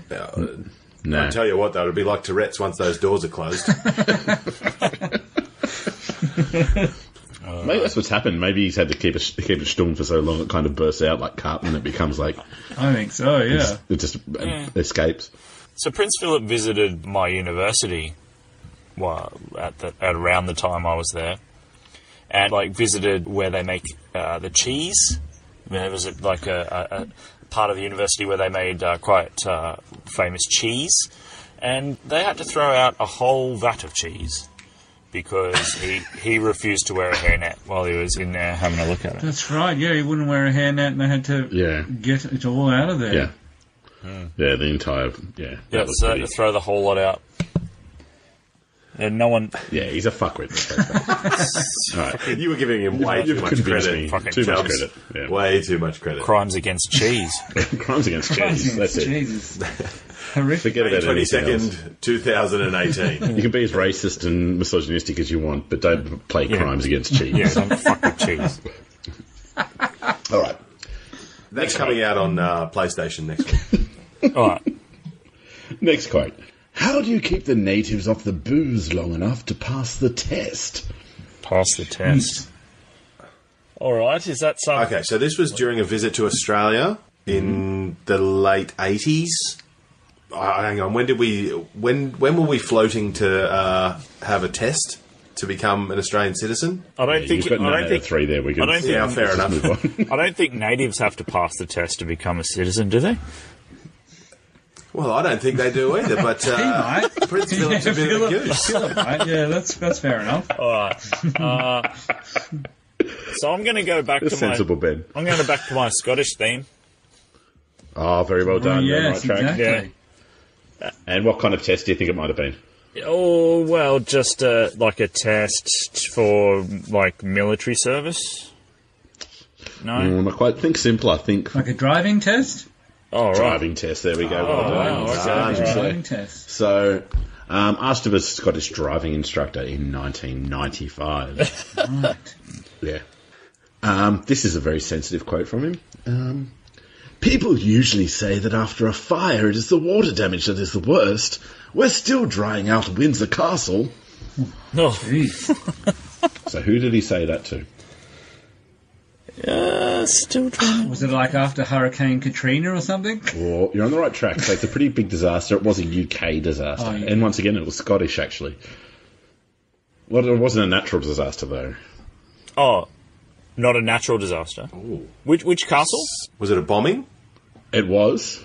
[SPEAKER 5] No.
[SPEAKER 2] I tell you what, though, it'd be like Tourette's once those doors are
[SPEAKER 5] [laughs]
[SPEAKER 2] closed.
[SPEAKER 5] Maybe that's what's happened. Maybe he's had to keep it keep it stum for so long it kind of bursts out like carton and it becomes like
[SPEAKER 4] I think so. Yeah.
[SPEAKER 5] it just uh, escapes.
[SPEAKER 6] So Prince Philip visited my university while at, the, at around the time I was there, and like visited where they make uh, the cheese. There was a, like a, a, a part of the university where they made uh, quite uh, famous cheese, and they had to throw out a whole vat of cheese because he, he refused to wear a hairnet while he was in there having a look at it.
[SPEAKER 4] That's right. Yeah, he wouldn't wear a hairnet, and they had to
[SPEAKER 5] Yeah.
[SPEAKER 4] get it all out of there.
[SPEAKER 5] Yeah. Yeah, the entire yeah. that
[SPEAKER 6] Yeah,
[SPEAKER 5] was
[SPEAKER 6] so they
[SPEAKER 5] pretty-
[SPEAKER 6] had to throw the whole lot out. And no one
[SPEAKER 5] yeah, he's a fuckwit. Let's [laughs] face that. All right.
[SPEAKER 2] you were giving him way too
[SPEAKER 5] You've
[SPEAKER 2] much
[SPEAKER 5] convinced
[SPEAKER 2] credit.
[SPEAKER 5] me.
[SPEAKER 6] Fucking
[SPEAKER 5] Too much
[SPEAKER 2] Chubbs.
[SPEAKER 5] credit. Yeah.
[SPEAKER 2] Way too much credit.
[SPEAKER 6] crimes against cheese.
[SPEAKER 5] Crimes against cheese. That's it.
[SPEAKER 4] Jesus. [laughs] Horrific.
[SPEAKER 5] Forget about
[SPEAKER 2] Twenty
[SPEAKER 5] anything else.
[SPEAKER 2] second, two thousand and eighteen.
[SPEAKER 5] [laughs] You can be as racist and misogynistic as you want, but don't play crimes against cheese.
[SPEAKER 6] Yeah, don't fuck with cheese.
[SPEAKER 5] All right.
[SPEAKER 2] That's coming out on uh, PlayStation next week.
[SPEAKER 6] All right.
[SPEAKER 5] Next quote. How do you keep the natives off the booze long enough to pass the test?
[SPEAKER 1] Pass the test. All right, is that something?
[SPEAKER 2] Okay, so this was during a visit to Australia in the late eighties. Uh, hang on, when did we? When when were we floating to uh, have a test to become an Australian citizen?
[SPEAKER 1] I don't think.
[SPEAKER 5] You've got
[SPEAKER 1] I
[SPEAKER 5] nine
[SPEAKER 1] don't
[SPEAKER 5] out of
[SPEAKER 1] think.
[SPEAKER 5] three there. We can
[SPEAKER 1] don't think-
[SPEAKER 2] Yeah, fair enough.
[SPEAKER 5] move on.
[SPEAKER 1] I don't think natives have to pass the test to become a citizen, do they?
[SPEAKER 2] Well, I don't think they do either.
[SPEAKER 4] [laughs]
[SPEAKER 2] But uh,
[SPEAKER 4] Right?
[SPEAKER 2] Prince Philip's a
[SPEAKER 4] [laughs] Yeah,
[SPEAKER 2] bit of a
[SPEAKER 4] Philip-
[SPEAKER 2] goose.
[SPEAKER 4] [laughs] Philip, right? Yeah, that's that's fair enough.
[SPEAKER 1] So I'm going to go back
[SPEAKER 5] That's
[SPEAKER 1] to my.
[SPEAKER 5] sensible, Ben.
[SPEAKER 1] I'm going to back to my Scottish theme.
[SPEAKER 5] Ah, very well done. You're on the
[SPEAKER 4] yes,
[SPEAKER 5] right track.
[SPEAKER 4] exactly.
[SPEAKER 1] yeah.
[SPEAKER 5] And what kind of test do you think it might have been?
[SPEAKER 1] Oh well, just uh, like a test for like military service. No.
[SPEAKER 5] Mm, I quite think simpler. Think
[SPEAKER 4] Like a driving test.
[SPEAKER 1] All right.
[SPEAKER 5] driving test. There we go. well done.
[SPEAKER 1] wow, okay.
[SPEAKER 5] Ah,
[SPEAKER 1] Driving
[SPEAKER 5] so-
[SPEAKER 4] Driving test.
[SPEAKER 5] So, um, asked of a Scottish driving instructor in 1995.
[SPEAKER 4] Right.
[SPEAKER 5] yeah. Um, this is a very sensitive quote from him. Um, People usually say that after a fire it is the water damage that is the worst. We're still drying out Windsor Castle.
[SPEAKER 1] No. Oh.
[SPEAKER 4] Jeez.
[SPEAKER 5] So who did he say that to?
[SPEAKER 1] Uh, still trying.
[SPEAKER 4] Was it like after Hurricane Katrina or something?
[SPEAKER 5] Well, you're on the right track. So it's a pretty big disaster. It was a UK disaster,
[SPEAKER 4] Oh, yeah.
[SPEAKER 5] and once again, it was Scottish actually. Well, it wasn't a natural disaster though.
[SPEAKER 1] Oh, not a natural disaster. Which which castle?
[SPEAKER 2] Was it a bombing?
[SPEAKER 5] It was.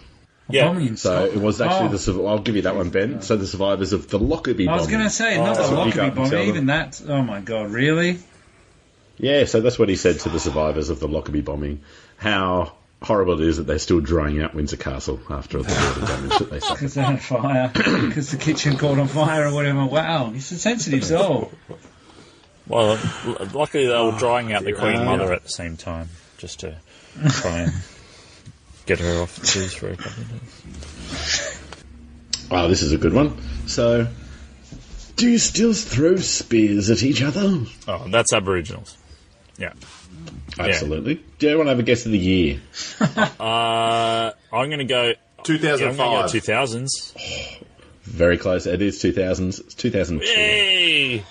[SPEAKER 1] Yeah.
[SPEAKER 4] Bombing in
[SPEAKER 5] So it was actually
[SPEAKER 4] Oh.
[SPEAKER 5] the. surv- I'll give you that one, Ben. So the survivors of the Lockerbie
[SPEAKER 4] I
[SPEAKER 5] bombing.
[SPEAKER 4] was going to say, not
[SPEAKER 5] that's
[SPEAKER 4] the
[SPEAKER 5] what you got,
[SPEAKER 4] Lockerbie
[SPEAKER 5] tell
[SPEAKER 4] bomber,
[SPEAKER 5] them.
[SPEAKER 4] even that. Oh my god, really?
[SPEAKER 5] Yeah, so that's what he said to the survivors of the Lockerbie bombing. How horrible it is that they're still drying out Windsor Castle after all the water damage that they suffered.
[SPEAKER 4] [laughs] Because they had fire, because the kitchen caught on fire or whatever. Wow, he's a sensitive soul.
[SPEAKER 1] Well, l- luckily they were drying out the Queen Mother at the same time, just to try [laughs] and get her off the cruise for a couple of days.
[SPEAKER 5] Oh, this is a good one. So, do you still throw spears at each other?
[SPEAKER 1] Oh, that's Aboriginals. Yeah.
[SPEAKER 5] Absolutely. Do you want to have a guess of the year?
[SPEAKER 1] Uh, I'm going to go.
[SPEAKER 2] Two
[SPEAKER 1] Yeah,
[SPEAKER 2] thousand
[SPEAKER 1] I'm going
[SPEAKER 2] five.
[SPEAKER 1] to go 2000s.
[SPEAKER 5] Very close. It is 2000s. It's 2002.
[SPEAKER 1] Yay!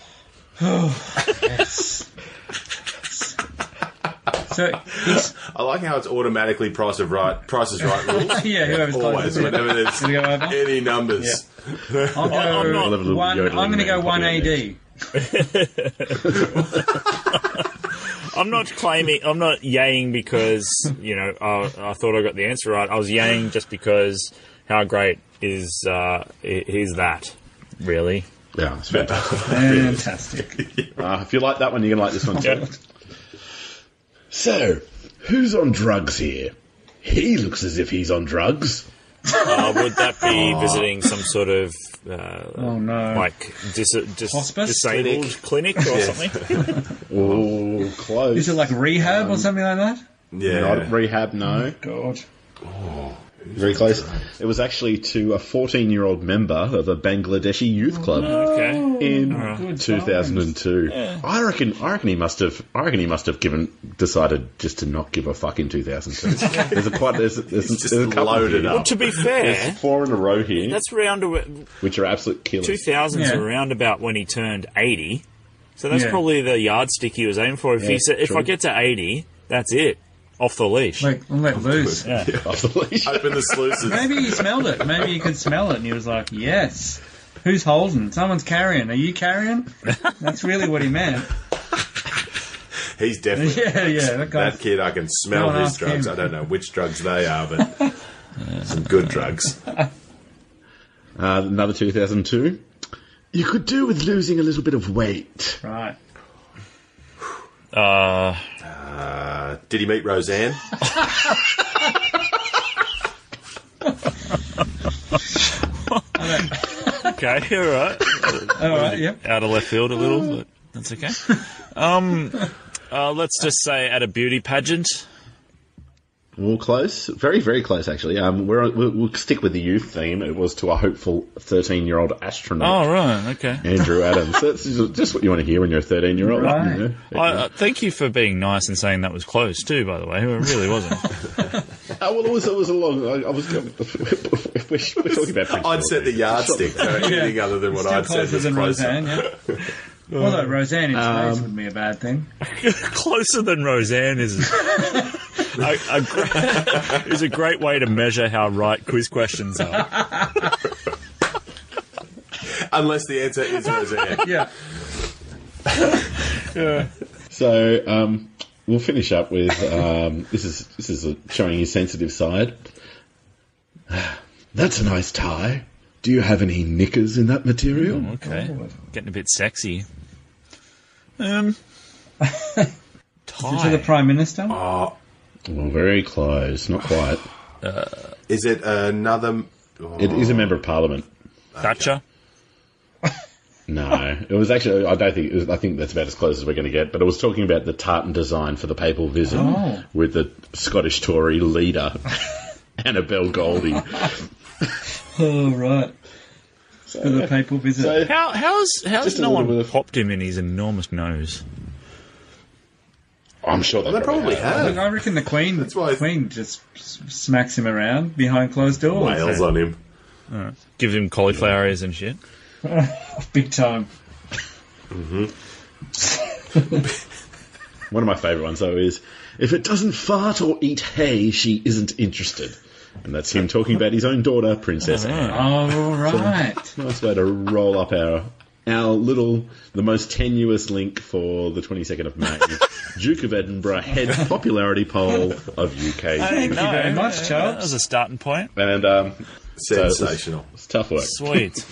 [SPEAKER 4] So it's
[SPEAKER 2] I like how it's automatically price of right, price is right
[SPEAKER 4] [laughs]
[SPEAKER 2] rules.
[SPEAKER 4] yeah, whoever's
[SPEAKER 2] Always,
[SPEAKER 4] closest.
[SPEAKER 2] whenever there's
[SPEAKER 4] Gonna go over?
[SPEAKER 2] any numbers.
[SPEAKER 4] I'll go
[SPEAKER 1] I'm not-
[SPEAKER 5] I'll have a little
[SPEAKER 4] one,
[SPEAKER 5] yodeling
[SPEAKER 4] I'm going to
[SPEAKER 5] man
[SPEAKER 4] go
[SPEAKER 5] probably on
[SPEAKER 4] one AD.
[SPEAKER 5] next.
[SPEAKER 1] I'm not claiming, I'm not yaying [laughs] because, you know, I, I thought I got the answer right. I was yaying just because how great is, uh, i- is that, really?
[SPEAKER 5] Yeah, it's fantastic. [laughs]
[SPEAKER 4] Fantastic.
[SPEAKER 5] Uh, if you like that one, you're going to like this one too. so, who's on drugs here? He looks as if he's on drugs.
[SPEAKER 1] Uh, would that be visiting some sort of, uh,
[SPEAKER 4] [laughs] Oh no.
[SPEAKER 1] like, dis- dis-
[SPEAKER 4] Hospice?
[SPEAKER 1] disabled clinic, or something?
[SPEAKER 5] Oh, close.
[SPEAKER 4] Is it like rehab or something like that?
[SPEAKER 5] Not
[SPEAKER 2] Yeah.
[SPEAKER 5] rehab, no.
[SPEAKER 4] God.
[SPEAKER 5] Very close. It was actually to a 14 year old member of the Bangladeshi Youth Club
[SPEAKER 1] Okay.
[SPEAKER 5] in
[SPEAKER 2] Oh.
[SPEAKER 4] Good
[SPEAKER 5] 2002. I reckon. I reckon he must have. I reckon he must have given decided just to not give a fuck in 2002. there's a quite. There's, a- there's,
[SPEAKER 2] He's just
[SPEAKER 5] there's a couple
[SPEAKER 2] loaded
[SPEAKER 5] here.
[SPEAKER 2] up.
[SPEAKER 1] To be fair,
[SPEAKER 5] Four in a row here,
[SPEAKER 1] that's round, a-
[SPEAKER 5] which are absolute killers.
[SPEAKER 1] 2000s
[SPEAKER 4] Yeah.
[SPEAKER 1] around about when he turned 80. So that's
[SPEAKER 4] Yeah.
[SPEAKER 1] probably the yardstick he was aiming for. If he said, if
[SPEAKER 5] true.
[SPEAKER 1] I get to 80, that's it. Off the leash.
[SPEAKER 4] Like let loose.
[SPEAKER 5] off the leash.
[SPEAKER 2] Open the sluices.
[SPEAKER 4] Maybe he smelled it. Maybe he could smell it, and he was like, "Yes, who's holding? Someone's carrying. Are you carrying?" That's really what
[SPEAKER 2] [laughs]
[SPEAKER 4] he meant. [laughs]
[SPEAKER 2] He's definitely
[SPEAKER 4] Yeah, yeah. That guy.
[SPEAKER 2] that kid. I can smell
[SPEAKER 4] No one
[SPEAKER 2] his
[SPEAKER 4] asked
[SPEAKER 2] drugs.
[SPEAKER 4] him.
[SPEAKER 2] I don't know which drugs they are,
[SPEAKER 4] [laughs]
[SPEAKER 2] but some good drugs.
[SPEAKER 5] Uh, another 2002. You could do with losing a little bit of weight.
[SPEAKER 4] Right.
[SPEAKER 1] Uh,
[SPEAKER 2] Uh, did he meet Roseanne?
[SPEAKER 1] okay, [laughs] all right.
[SPEAKER 4] All right. Yep.
[SPEAKER 1] Out of left field a little, but that's okay. Um, uh, let's just say at a beauty pageant.
[SPEAKER 5] All close, very very close actually. Um, we're, we'll, we'll stick with the youth theme. It was to a hopeful 13 year old astronaut.
[SPEAKER 1] Oh, right, okay. [laughs]
[SPEAKER 5] Andrew Adams. That's just just what you want to hear when you're a 13 year old.
[SPEAKER 4] Right.
[SPEAKER 1] I, uh, thank you for being nice and saying that was close too. By the way, it really wasn't.
[SPEAKER 5] Oh, well, it was, it was a long. I, I was. [laughs] We're, we're talking about. Prince
[SPEAKER 2] I'd set the
[SPEAKER 5] George.
[SPEAKER 2] yardstick.
[SPEAKER 4] [laughs]
[SPEAKER 2] So anything other than what
[SPEAKER 4] Still
[SPEAKER 2] I'd said
[SPEAKER 4] closer
[SPEAKER 2] was
[SPEAKER 4] than
[SPEAKER 2] closer.
[SPEAKER 4] Roseanne. Yeah.
[SPEAKER 2] [laughs]
[SPEAKER 4] Although Roseanne in space would be a bad thing.
[SPEAKER 1] [laughs] Closer than Roseanne is a, a great, [laughs] is a great way to measure how right quiz questions are.
[SPEAKER 2] Unless the answer is Roseanne.
[SPEAKER 4] [laughs] Yeah.
[SPEAKER 5] So um, we'll finish up with um, this is this is a, showing his sensitive side. [sighs] That's a nice tie. Do you have any knickers in that material?
[SPEAKER 1] Okay, getting a bit sexy. Oh.
[SPEAKER 4] [laughs]
[SPEAKER 1] Um,
[SPEAKER 4] To the
[SPEAKER 1] tie.
[SPEAKER 4] prime minister.
[SPEAKER 2] Oh.
[SPEAKER 5] Well, very close. Not quite.
[SPEAKER 2] Is it another? oh,
[SPEAKER 5] It is a member of parliament.
[SPEAKER 1] Thatcher.
[SPEAKER 5] No, it was actually. I don't think. It was, I think that's about as close as we're going to get. But it was talking about the tartan design for the papal visit
[SPEAKER 4] Oh.
[SPEAKER 5] with the Scottish Tory leader [laughs] Annabel Goldie.
[SPEAKER 4] Oh right.
[SPEAKER 2] [laughs]
[SPEAKER 4] For the papal visit.
[SPEAKER 5] So
[SPEAKER 1] How how's how's
[SPEAKER 5] Just a
[SPEAKER 1] no
[SPEAKER 5] little
[SPEAKER 1] one
[SPEAKER 5] bit of-
[SPEAKER 1] popped him in his enormous nose?
[SPEAKER 5] I'm sure they
[SPEAKER 2] Oh. They probably
[SPEAKER 5] have.
[SPEAKER 4] Look,
[SPEAKER 2] have
[SPEAKER 4] I reckon the Queen.
[SPEAKER 2] That's why-
[SPEAKER 4] Queen just s- smacks him around behind closed doors.
[SPEAKER 2] nails on him.
[SPEAKER 1] Give him cauliflower ears and shit.
[SPEAKER 4] Big time.
[SPEAKER 5] One of my favourite ones though is if it doesn't fart or eat hay, she isn't interested. And that's him talking about his own
[SPEAKER 2] [laughs]
[SPEAKER 5] daughter, Princess Anne.
[SPEAKER 4] All right.
[SPEAKER 5] Nice way to roll up our our little, the most tenuous link for the 22nd
[SPEAKER 2] [laughs]
[SPEAKER 5] of May. Duke of Edinburgh head popularity poll of UK.
[SPEAKER 4] Thank you very much,
[SPEAKER 1] That
[SPEAKER 4] Charles.
[SPEAKER 1] was a starting point.
[SPEAKER 5] And um, it's-
[SPEAKER 2] Sensational.
[SPEAKER 5] it's tough work.
[SPEAKER 1] Sweet.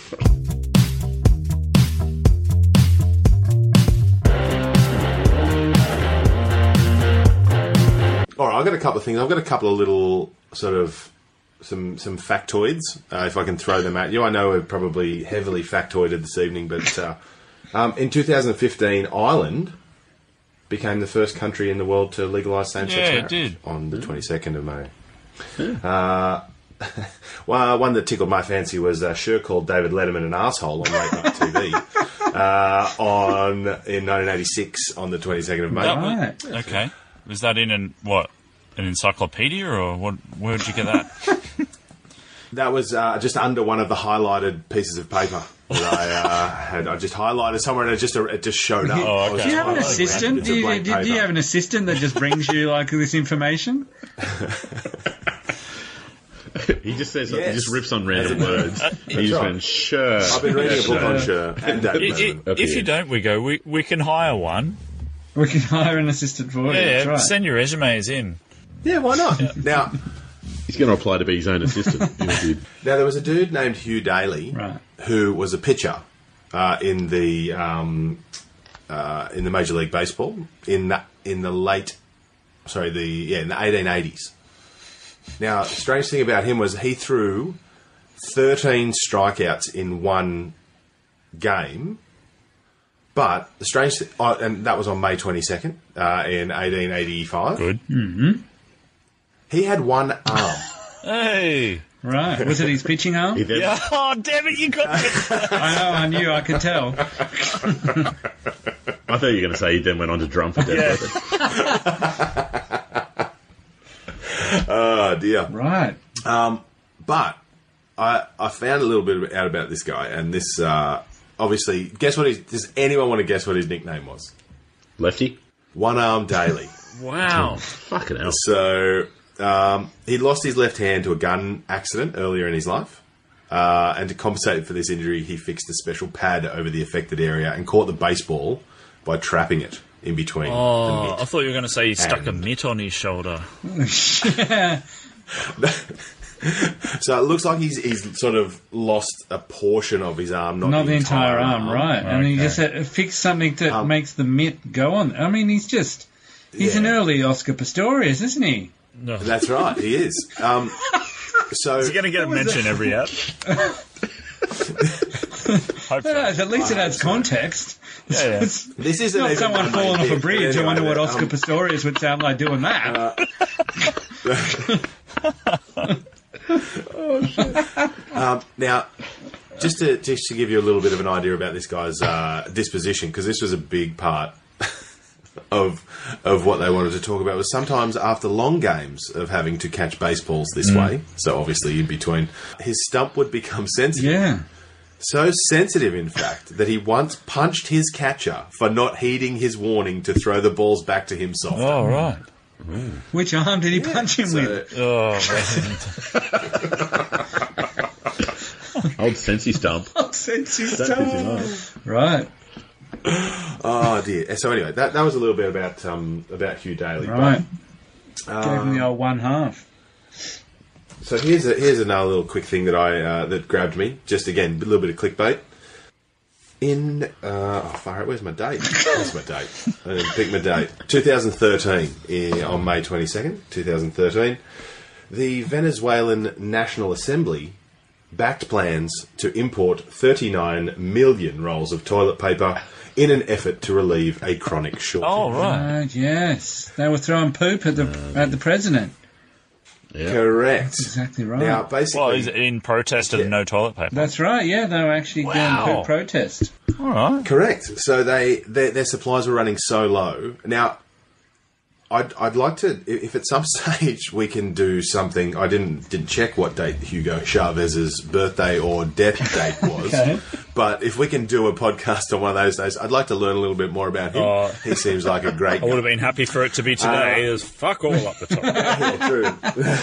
[SPEAKER 2] All right, I've got a couple of things. I've got a couple of little sort of some some factoids, uh, if I can throw them at you. I know we're probably heavily factoided this evening, but uh, um, in 2015, Ireland became the first country in the world to legalise same-sex
[SPEAKER 1] Yeah, it
[SPEAKER 2] marriage
[SPEAKER 1] did. Hmm.
[SPEAKER 2] on the 22nd of May. Uh, [laughs] well, one that tickled my fancy was a sure called David Letterman an asshole on late night TV [laughs] uh, on in 1986 on the 22nd of May.
[SPEAKER 1] That
[SPEAKER 4] All
[SPEAKER 1] was-
[SPEAKER 4] right.
[SPEAKER 1] Okay. Was that in an what? An encyclopedia or what? Where'd you get that?
[SPEAKER 2] That was uh, just under one of the highlighted pieces of paper that I uh, [laughs] had. I just highlighted somewhere and it just it just showed up.
[SPEAKER 6] [laughs] Oh, okay.
[SPEAKER 2] I was
[SPEAKER 6] Do
[SPEAKER 4] Do you
[SPEAKER 2] just
[SPEAKER 4] have
[SPEAKER 2] like,
[SPEAKER 4] an assistant?
[SPEAKER 2] it's a
[SPEAKER 4] Do you,
[SPEAKER 2] blank
[SPEAKER 4] do, do you
[SPEAKER 2] paper.
[SPEAKER 4] have an assistant that just brings you like this information?
[SPEAKER 5] He just says he
[SPEAKER 2] Yes.
[SPEAKER 5] just rips on random
[SPEAKER 2] That's it.
[SPEAKER 5] words. he just
[SPEAKER 2] right.
[SPEAKER 5] went sure.
[SPEAKER 2] I've been reading a book on shirt and
[SPEAKER 4] [laughs]
[SPEAKER 2] Dave
[SPEAKER 1] I- I-
[SPEAKER 2] Bevan.
[SPEAKER 5] Okay.
[SPEAKER 1] If you don't, we go. We we can hire one.
[SPEAKER 4] We can hire an assistant for you.
[SPEAKER 1] Yeah,
[SPEAKER 4] That's right.
[SPEAKER 1] send your resumes in.
[SPEAKER 2] Yeah, why not? now,
[SPEAKER 4] [laughs]
[SPEAKER 5] He's going to apply to be his own
[SPEAKER 2] [laughs]
[SPEAKER 5] assistant. He did.
[SPEAKER 2] now there was a dude named Hugh Daly
[SPEAKER 4] Right.
[SPEAKER 2] who was a pitcher uh, in the um, uh, in the Major League Baseball in the in the late sorry the yeah in the eighteen eighties. Now, the strange thing about him was he threw thirteen strikeouts in one game. But the strange, thi- oh, and that was on May twenty second uh, in eighteen eighty five.
[SPEAKER 1] Good.
[SPEAKER 2] He had one arm.
[SPEAKER 1] Hey.
[SPEAKER 4] Right. Was it his pitching
[SPEAKER 2] [laughs]
[SPEAKER 4] arm?
[SPEAKER 5] He then-
[SPEAKER 1] [laughs] Oh, damn it! You [laughs] got
[SPEAKER 4] I know, I knew, I could tell.
[SPEAKER 5] I thought you were going to say he then went on to drum for Death
[SPEAKER 1] Yeah.
[SPEAKER 5] Leopard.
[SPEAKER 2] oh dear.
[SPEAKER 4] Right.
[SPEAKER 2] But I I found a little bit out about this guy, and this uh, obviously guess what? His, does anyone want to guess what his nickname was?
[SPEAKER 5] Lefty.
[SPEAKER 2] One Arm
[SPEAKER 4] [laughs]
[SPEAKER 2] Daily.
[SPEAKER 1] wow.
[SPEAKER 5] Fucking hell.
[SPEAKER 2] so um, he lost his left hand to a gun accident earlier in his life. Uh, and to compensate for this injury, he fixed a special pad over the affected area and caught the baseball by trapping it in between the
[SPEAKER 1] Oh,
[SPEAKER 2] mitt.
[SPEAKER 1] I thought you were going to say he stuck a
[SPEAKER 2] And-
[SPEAKER 1] mitt on his shoulder.
[SPEAKER 4] Yeah.
[SPEAKER 2] So it looks like he's, he's sort of lost a portion of his arm, not,
[SPEAKER 4] Not the entire arm, right. And he
[SPEAKER 1] Okay.
[SPEAKER 4] just had, fixed something that
[SPEAKER 2] Um,
[SPEAKER 4] makes the mitt go on. I mean, he's just, he's an
[SPEAKER 2] Yeah.
[SPEAKER 4] early Oscar Pistorius, isn't he?
[SPEAKER 1] No. He's
[SPEAKER 2] That's right, he is.
[SPEAKER 4] [laughs]
[SPEAKER 2] Um, so
[SPEAKER 1] going to get a mention every app. [laughs] Hope so.
[SPEAKER 4] But at least it adds context.
[SPEAKER 1] yeah.
[SPEAKER 4] [laughs] It's
[SPEAKER 2] This isn't
[SPEAKER 4] not
[SPEAKER 2] even
[SPEAKER 4] someone
[SPEAKER 2] my main
[SPEAKER 4] falling off a
[SPEAKER 2] pick, but
[SPEAKER 4] bridge. I
[SPEAKER 2] anyway,
[SPEAKER 4] wonder what
[SPEAKER 2] um,
[SPEAKER 4] Oscar Pistorius would sound like doing that.
[SPEAKER 2] Now, just to just to give you a little bit of an idea about this guy's uh, disposition, because this was a big part [laughs] of of what they wanted to talk about was sometimes after long games of having to catch baseballs this
[SPEAKER 4] Mm.
[SPEAKER 2] way, so obviously in between, his stump would become [laughs] sensitive.
[SPEAKER 4] yeah.
[SPEAKER 2] So sensitive, in fact, that he once punched his catcher for not heeding his warning to throw the balls back to him soft.
[SPEAKER 1] Oh, right.
[SPEAKER 4] Which arm did he punch him with? [laughs]
[SPEAKER 2] So,
[SPEAKER 1] Oh, [laughs] man.
[SPEAKER 5] Old Sensi Stump. That pisses him off.
[SPEAKER 4] Right.
[SPEAKER 2] oh dear. So anyway, that, that was a little bit about um, about Hugh Daly. But
[SPEAKER 4] Right. Gave him the old one half.
[SPEAKER 2] So here's a, here's another little quick thing that I uh, that grabbed me. Just again, a little bit of clickbait. In uh, oh, far out. Where's my date? Where's my date? I didn't pick my date. 2013 in, eh, on May 22nd, 2013. The Venezuelan National Assembly backed plans to import 39 million rolls of toilet paper in an effort to relieve a chronic shortage.
[SPEAKER 1] Oh, right.
[SPEAKER 4] Uh, yes. They were throwing poop at the at the president.
[SPEAKER 2] Correct.
[SPEAKER 4] Exactly right.
[SPEAKER 2] Now, basically,
[SPEAKER 1] Hmm. Well, he's in protest of no toilet paper.
[SPEAKER 4] That's right. Yeah, they were actually
[SPEAKER 1] Wow.
[SPEAKER 4] doing poop protest.
[SPEAKER 1] All right.
[SPEAKER 2] Correct. So they their, their supplies were running so low. Now, I'd, I'd like to i- if at some [laughs] stage we can do something. I didn't didn't check what date Hugo Chavez's birthday
[SPEAKER 1] [laughs]
[SPEAKER 2] or death date was,
[SPEAKER 4] Okay.
[SPEAKER 2] but if we can do a podcast on one of those days, I'd like to learn a little bit more about him.
[SPEAKER 1] Oh.
[SPEAKER 2] he seems like a
[SPEAKER 1] [laughs]
[SPEAKER 2] great.
[SPEAKER 1] I would have been happy for it to be today. There's fuck all up the top.
[SPEAKER 2] guy. Yeah,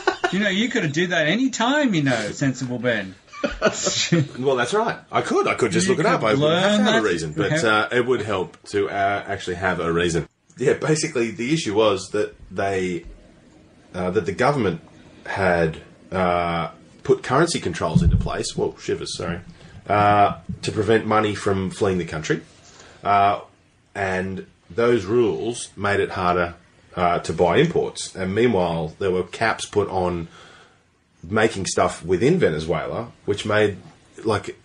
[SPEAKER 2] true.
[SPEAKER 4] You know, you could have do that any time. You know, sensible Ben.
[SPEAKER 2] Well, that's right. I could. I could just
[SPEAKER 4] You
[SPEAKER 2] look it
[SPEAKER 4] could
[SPEAKER 2] up. I wouldn't have
[SPEAKER 4] learn
[SPEAKER 2] to have a
[SPEAKER 4] that.
[SPEAKER 2] reason,
[SPEAKER 4] You
[SPEAKER 2] but
[SPEAKER 4] have-
[SPEAKER 2] uh, it would help to uh, actually have a reason. Yeah, basically, the issue was that they uh, that the government had uh, put currency controls into place. Well, shivers, sorry, uh, to prevent money from fleeing the country, uh, and those rules made it harder uh, to buy imports. And meanwhile, there were caps put on making stuff within Venezuela, which made like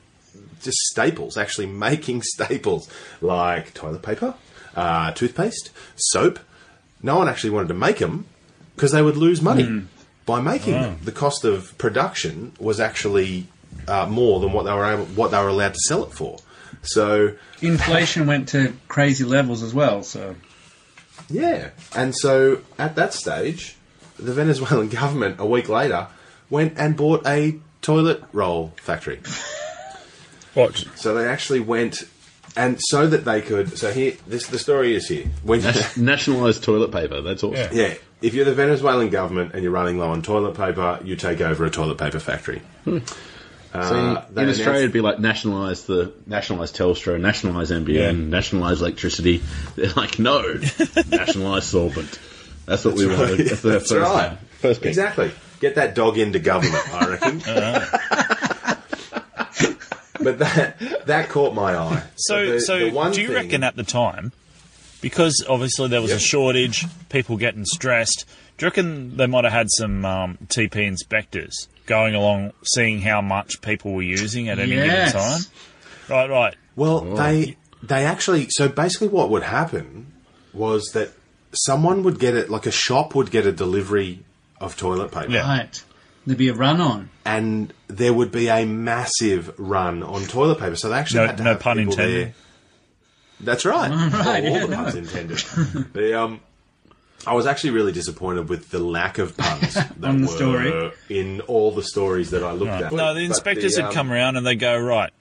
[SPEAKER 2] just staples, actually making [laughs] staples like toilet paper, uh, toothpaste, soap. No one actually wanted to make them because they would lose money by making them. The cost of production was actually uh, more than what they were able, what they were allowed to sell it for. So
[SPEAKER 4] Inflation went to crazy levels as well. So
[SPEAKER 2] [laughs] Yeah. And so at that stage, the Venezuelan government a week later went and bought a toilet roll factory.
[SPEAKER 1] What?
[SPEAKER 2] So they actually went, and so that they could. So here, this the story is here. When
[SPEAKER 5] Nationalised toilet paper. That's awesome.
[SPEAKER 1] Yeah.
[SPEAKER 2] [laughs] yeah, if you're the Venezuelan government and you're running low on toilet paper, you take over a toilet paper factory. Uh,
[SPEAKER 5] See,
[SPEAKER 2] they
[SPEAKER 5] in
[SPEAKER 2] announced-
[SPEAKER 5] Australia, it'd be like nationalise the nationalise Telstra, nationalise NBN, nationalise electricity. [laughs] They're like, no, nationalise sorbent. That's what we wanted.
[SPEAKER 2] [laughs]
[SPEAKER 5] That's, the
[SPEAKER 2] That's
[SPEAKER 5] first,
[SPEAKER 2] right.
[SPEAKER 5] First pick.
[SPEAKER 2] Exactly. Get that dog into government, I
[SPEAKER 1] [laughs]
[SPEAKER 2] reckon. [laughs] but that that caught my eye.
[SPEAKER 1] So,
[SPEAKER 2] The-
[SPEAKER 1] so
[SPEAKER 2] the one
[SPEAKER 1] do you
[SPEAKER 2] thing-
[SPEAKER 1] reckon at the time, because obviously there was
[SPEAKER 2] Yeah.
[SPEAKER 1] a shortage, people getting stressed, do you reckon they might have had some um, TP inspectors going along, seeing how much people were using at any
[SPEAKER 4] Yes.
[SPEAKER 1] given time? Right, right.
[SPEAKER 2] Well, they they actually so basically what would happen was that someone would get it like a shop would get a delivery of toilet paper
[SPEAKER 1] Yeah.
[SPEAKER 4] Right. There'd be a run on.
[SPEAKER 2] and there would be a massive run on toilet paper. So they actually
[SPEAKER 1] No-
[SPEAKER 2] had to
[SPEAKER 1] no
[SPEAKER 2] have
[SPEAKER 1] pun
[SPEAKER 2] people
[SPEAKER 1] intended.
[SPEAKER 2] there. That's
[SPEAKER 4] [laughs]
[SPEAKER 2] right.
[SPEAKER 4] Right,
[SPEAKER 2] all
[SPEAKER 4] yeah,
[SPEAKER 2] the
[SPEAKER 4] no.
[SPEAKER 2] puns intended. the, um, I was actually really disappointed with the lack of
[SPEAKER 4] [laughs]
[SPEAKER 2] puns that
[SPEAKER 4] On the
[SPEAKER 2] were
[SPEAKER 4] story.
[SPEAKER 2] in all the stories that I looked at.
[SPEAKER 1] No, the
[SPEAKER 2] But
[SPEAKER 1] inspectors
[SPEAKER 2] the,
[SPEAKER 1] would
[SPEAKER 2] um,
[SPEAKER 1] come around and they go, right,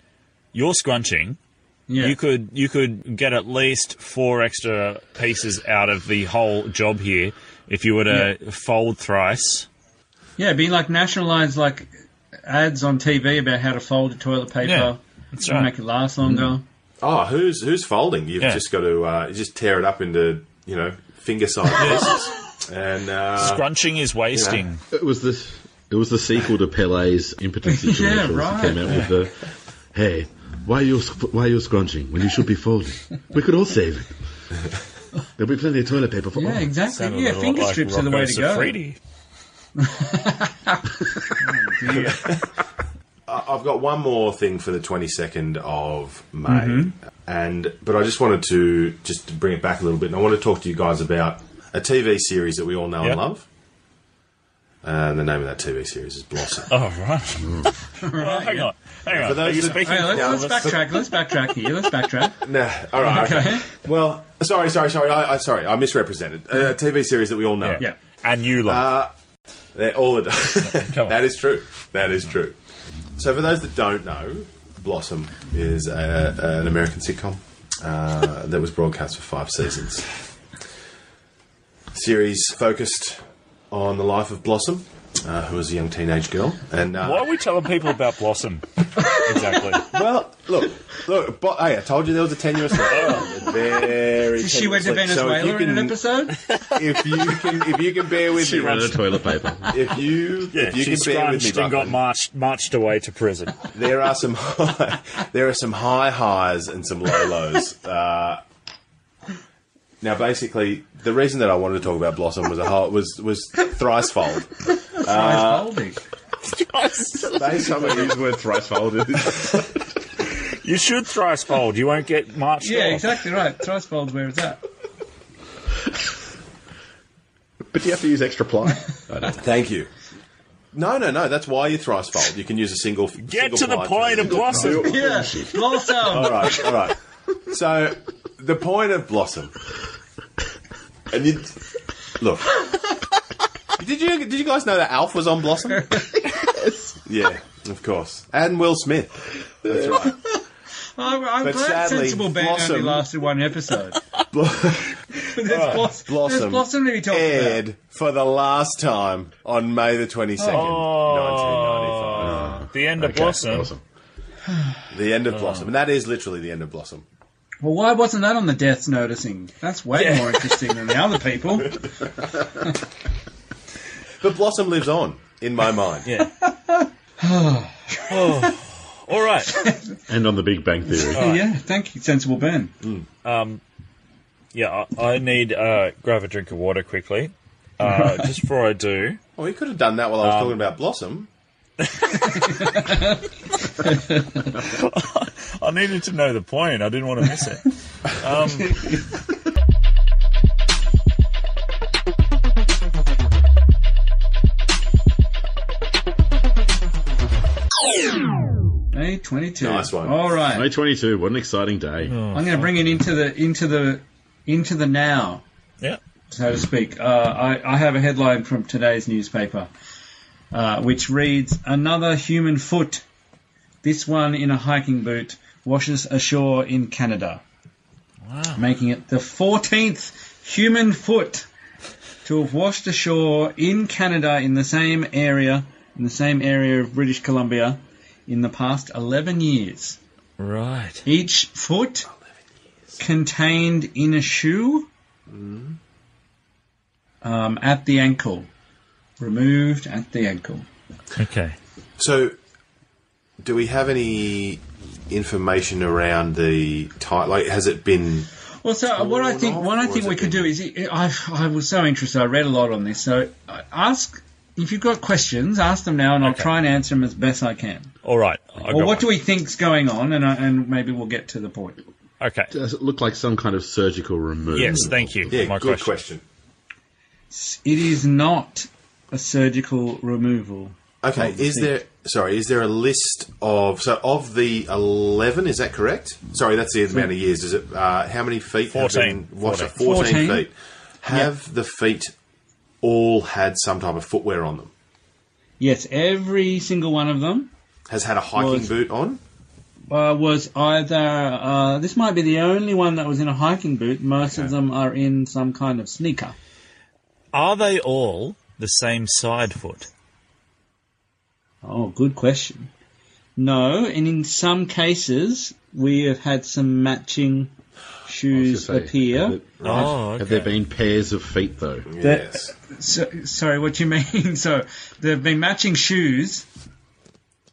[SPEAKER 1] you're scrunching.
[SPEAKER 4] Yeah.
[SPEAKER 1] You could you could get at least four extra pieces out of the whole job here if you were to fold thrice.
[SPEAKER 4] yeah, it'd be like nationalised like ads on TV about how to fold a toilet paper.
[SPEAKER 1] Yeah, that's
[SPEAKER 4] and
[SPEAKER 1] right. Mm.
[SPEAKER 4] Make it last longer.
[SPEAKER 2] Oh, who's who's folding? You've
[SPEAKER 1] Yeah.
[SPEAKER 2] just got to uh, you just tear it up into you know
[SPEAKER 1] [laughs]
[SPEAKER 2] finger sized pieces. And uh,
[SPEAKER 1] Scrunching is wasting.
[SPEAKER 5] It was the it was the sequel to Pele's impotency
[SPEAKER 4] Yeah,
[SPEAKER 5] commercials.
[SPEAKER 4] right.
[SPEAKER 5] It came out with the hey. Why are you why are you scrunching when you should be folding? We could all save it. There'll be plenty of toilet paper for
[SPEAKER 4] Yeah,
[SPEAKER 5] all.
[SPEAKER 4] exactly.
[SPEAKER 1] Sounded a
[SPEAKER 4] yeah,
[SPEAKER 1] little
[SPEAKER 4] finger
[SPEAKER 1] like
[SPEAKER 4] strips are the way
[SPEAKER 1] Rocco
[SPEAKER 4] to go.
[SPEAKER 1] Siffredi.
[SPEAKER 2] I- I've got one more thing for the twenty second of May, and but I just wanted to just bring it back a little bit, and I want to talk to you guys about a TV series that we all know
[SPEAKER 1] Yeah.
[SPEAKER 2] and love. And the name of that TV series is Blossom.
[SPEAKER 1] Oh,
[SPEAKER 2] [laughs]
[SPEAKER 1] right. Well, hang on. Hang on.
[SPEAKER 2] those
[SPEAKER 1] Are you
[SPEAKER 2] that-
[SPEAKER 1] speaking
[SPEAKER 2] [laughs]
[SPEAKER 4] Hey,
[SPEAKER 1] for
[SPEAKER 4] let's,
[SPEAKER 1] all of
[SPEAKER 4] let's
[SPEAKER 1] us?
[SPEAKER 4] backtrack. Let's backtrack here.
[SPEAKER 1] [laughs]
[SPEAKER 4] Let's backtrack.
[SPEAKER 2] No, all right. Okay.
[SPEAKER 4] Okay.
[SPEAKER 2] Well, sorry, sorry, sorry. I, I sorry, I misrepresented. A TV series that we all know.
[SPEAKER 4] Yeah.
[SPEAKER 1] And you lot.
[SPEAKER 2] They're all adults.
[SPEAKER 1] [laughs] Come on.
[SPEAKER 2] that is true. That is true. So, for those that don't know, Blossom is a, an American sitcom uh, that was broadcast for five seasons. Series focused on the life of Blossom, uh, who was a young teenage girl, and uh,
[SPEAKER 1] Why are we telling people about
[SPEAKER 2] [laughs]
[SPEAKER 1] Blossom? exactly.
[SPEAKER 2] well, look, look. But, hey, I told you there was
[SPEAKER 1] [laughs]
[SPEAKER 2] a tenuous. very.
[SPEAKER 4] Did she went to
[SPEAKER 2] tenuous link. So if you
[SPEAKER 4] Venezuela in an
[SPEAKER 2] can- uh,
[SPEAKER 4] episode?
[SPEAKER 2] If you can, if you can bear with
[SPEAKER 5] She
[SPEAKER 2] me,
[SPEAKER 5] ran out of [laughs] toilet paper.
[SPEAKER 2] if you,
[SPEAKER 1] Yeah,
[SPEAKER 2] if you
[SPEAKER 1] she
[SPEAKER 2] can bear with
[SPEAKER 1] scrunched
[SPEAKER 2] me,
[SPEAKER 1] and
[SPEAKER 2] Buck,
[SPEAKER 1] got marched, marched away to
[SPEAKER 2] [laughs]
[SPEAKER 1] prison.
[SPEAKER 2] there are some high, [laughs] there are some high highs and some low lows. Uh, now, basically, the reason that I wanted to talk about Blossom was a whole, was was thrice fold.
[SPEAKER 4] Nice folding.
[SPEAKER 5] Somebody used the word thrice folded.
[SPEAKER 1] you should thrice fold. You won't get marched
[SPEAKER 4] Yeah,
[SPEAKER 1] off.
[SPEAKER 4] exactly right. Thrice fold's where
[SPEAKER 2] [laughs]
[SPEAKER 4] it's at.
[SPEAKER 5] But you have to use extra ply. I don't
[SPEAKER 2] Thank you. No, no, no. That's why you thrice fold. You can use a single.
[SPEAKER 1] Get
[SPEAKER 2] single
[SPEAKER 1] to the
[SPEAKER 2] ply
[SPEAKER 1] point of
[SPEAKER 2] thrice.
[SPEAKER 1] Blossom.
[SPEAKER 4] Yeah, blossom.
[SPEAKER 2] All right, all right. So the point of Blossom, and you look. Did you did you guys know that Alf was on Blossom? Yeah, of course. And Will Smith. That's right.
[SPEAKER 4] I'm, I'm
[SPEAKER 2] But
[SPEAKER 4] glad
[SPEAKER 2] sadly,
[SPEAKER 4] Sensible Band
[SPEAKER 2] Blossom-
[SPEAKER 4] only lasted
[SPEAKER 2] [laughs]
[SPEAKER 4] one episode. there's, Bloss-
[SPEAKER 2] Blossom
[SPEAKER 4] there's Blossom to be talked about.
[SPEAKER 2] Aired for the last time on May the twenty second,
[SPEAKER 4] Oh.
[SPEAKER 2] nineteen
[SPEAKER 1] Oh, the end of
[SPEAKER 5] Okay,
[SPEAKER 1] Blossom.
[SPEAKER 5] awesome.
[SPEAKER 2] ninety five. The
[SPEAKER 4] Oh.
[SPEAKER 2] end of Blossom, and that is literally the end of Blossom.
[SPEAKER 4] Well, why wasn't that on the deaths noticing? That's way more interesting than the
[SPEAKER 2] [laughs]
[SPEAKER 4] other people.
[SPEAKER 2] But Blossom lives on in
[SPEAKER 4] [laughs]
[SPEAKER 2] my mind.
[SPEAKER 1] Yeah. oh. All right.
[SPEAKER 5] And on the Big Bang Theory.
[SPEAKER 4] Yeah, thank you, Sensible Ben.
[SPEAKER 1] Yeah, I, I need uh, grab a drink of water quickly.
[SPEAKER 2] [laughs]
[SPEAKER 1] Uh, just before I do,
[SPEAKER 2] Well, you Oh, could have done that while I
[SPEAKER 4] Um,
[SPEAKER 2] was talking about Blossom.
[SPEAKER 1] I needed to know the point. I didn't want to miss
[SPEAKER 2] [laughs]
[SPEAKER 1] it. Um,
[SPEAKER 4] May 22.
[SPEAKER 2] Nice one.
[SPEAKER 4] All right.
[SPEAKER 5] May 22, what an exciting day.
[SPEAKER 4] I'm going to bring it into the into the into the now,
[SPEAKER 1] yeah.
[SPEAKER 4] so to speak. Uh, I, I have a headline from today's newspaper. uh, which reads Another human foot, this one in a hiking boot, washes ashore in Canada. Making it the 14th human foot to have washed ashore in Canada in the same area, in the same area of British Columbia, in the past 11 years.
[SPEAKER 1] Right.
[SPEAKER 4] Each foot contained in a shoe um, at the ankle. Removed at the ankle.
[SPEAKER 1] Okay.
[SPEAKER 2] So, do we have any information around the time? Like, has it been?
[SPEAKER 4] Well, so uh, what I
[SPEAKER 2] Torn
[SPEAKER 4] think
[SPEAKER 2] off,
[SPEAKER 4] what
[SPEAKER 2] or
[SPEAKER 4] I think
[SPEAKER 2] has
[SPEAKER 4] we
[SPEAKER 2] it
[SPEAKER 4] could
[SPEAKER 2] been-
[SPEAKER 4] do is I I was so interested. I read a lot on this. So uh, ask if you've got questions, ask them now, and I'll try and answer them as best I can.
[SPEAKER 1] All right. I
[SPEAKER 4] Or what do we think's going on, and I, and maybe we'll get to the point.
[SPEAKER 1] Okay.
[SPEAKER 5] Does it look like some kind of surgical removal?
[SPEAKER 1] Yes, thank you.
[SPEAKER 2] Yeah,
[SPEAKER 1] My
[SPEAKER 2] good
[SPEAKER 1] question.
[SPEAKER 2] question.
[SPEAKER 4] It is not a surgical removal.
[SPEAKER 2] Okay, is there? Sorry, is there a list of so of the eleven? Is that correct? Sorry, that's the amount of years. Is it? Uh, how many feet?
[SPEAKER 1] Fourteen.
[SPEAKER 2] Have been washed?
[SPEAKER 1] Fourteen.
[SPEAKER 2] Fourteen,
[SPEAKER 4] Fourteen.
[SPEAKER 2] feet. Have the feet all had some type of footwear on them?
[SPEAKER 4] Yes, every single one of them
[SPEAKER 2] Has had a hiking
[SPEAKER 4] Was-
[SPEAKER 2] boot on?
[SPEAKER 4] uh, was either. Uh, this might be the only one that was in a hiking boot. Most of them are in some kind of sneaker.
[SPEAKER 1] Are they all the same side foot?
[SPEAKER 4] Oh, good question. No, and in some cases we have had some matching shoes
[SPEAKER 5] I was gonna say, Have,
[SPEAKER 4] appear.
[SPEAKER 5] it-
[SPEAKER 1] Oh,
[SPEAKER 5] have
[SPEAKER 1] okay.
[SPEAKER 5] there been pairs of feet though?
[SPEAKER 2] Yes.
[SPEAKER 4] So, sorry, what do you [laughs] mean? So there have been matching shoes. [laughs]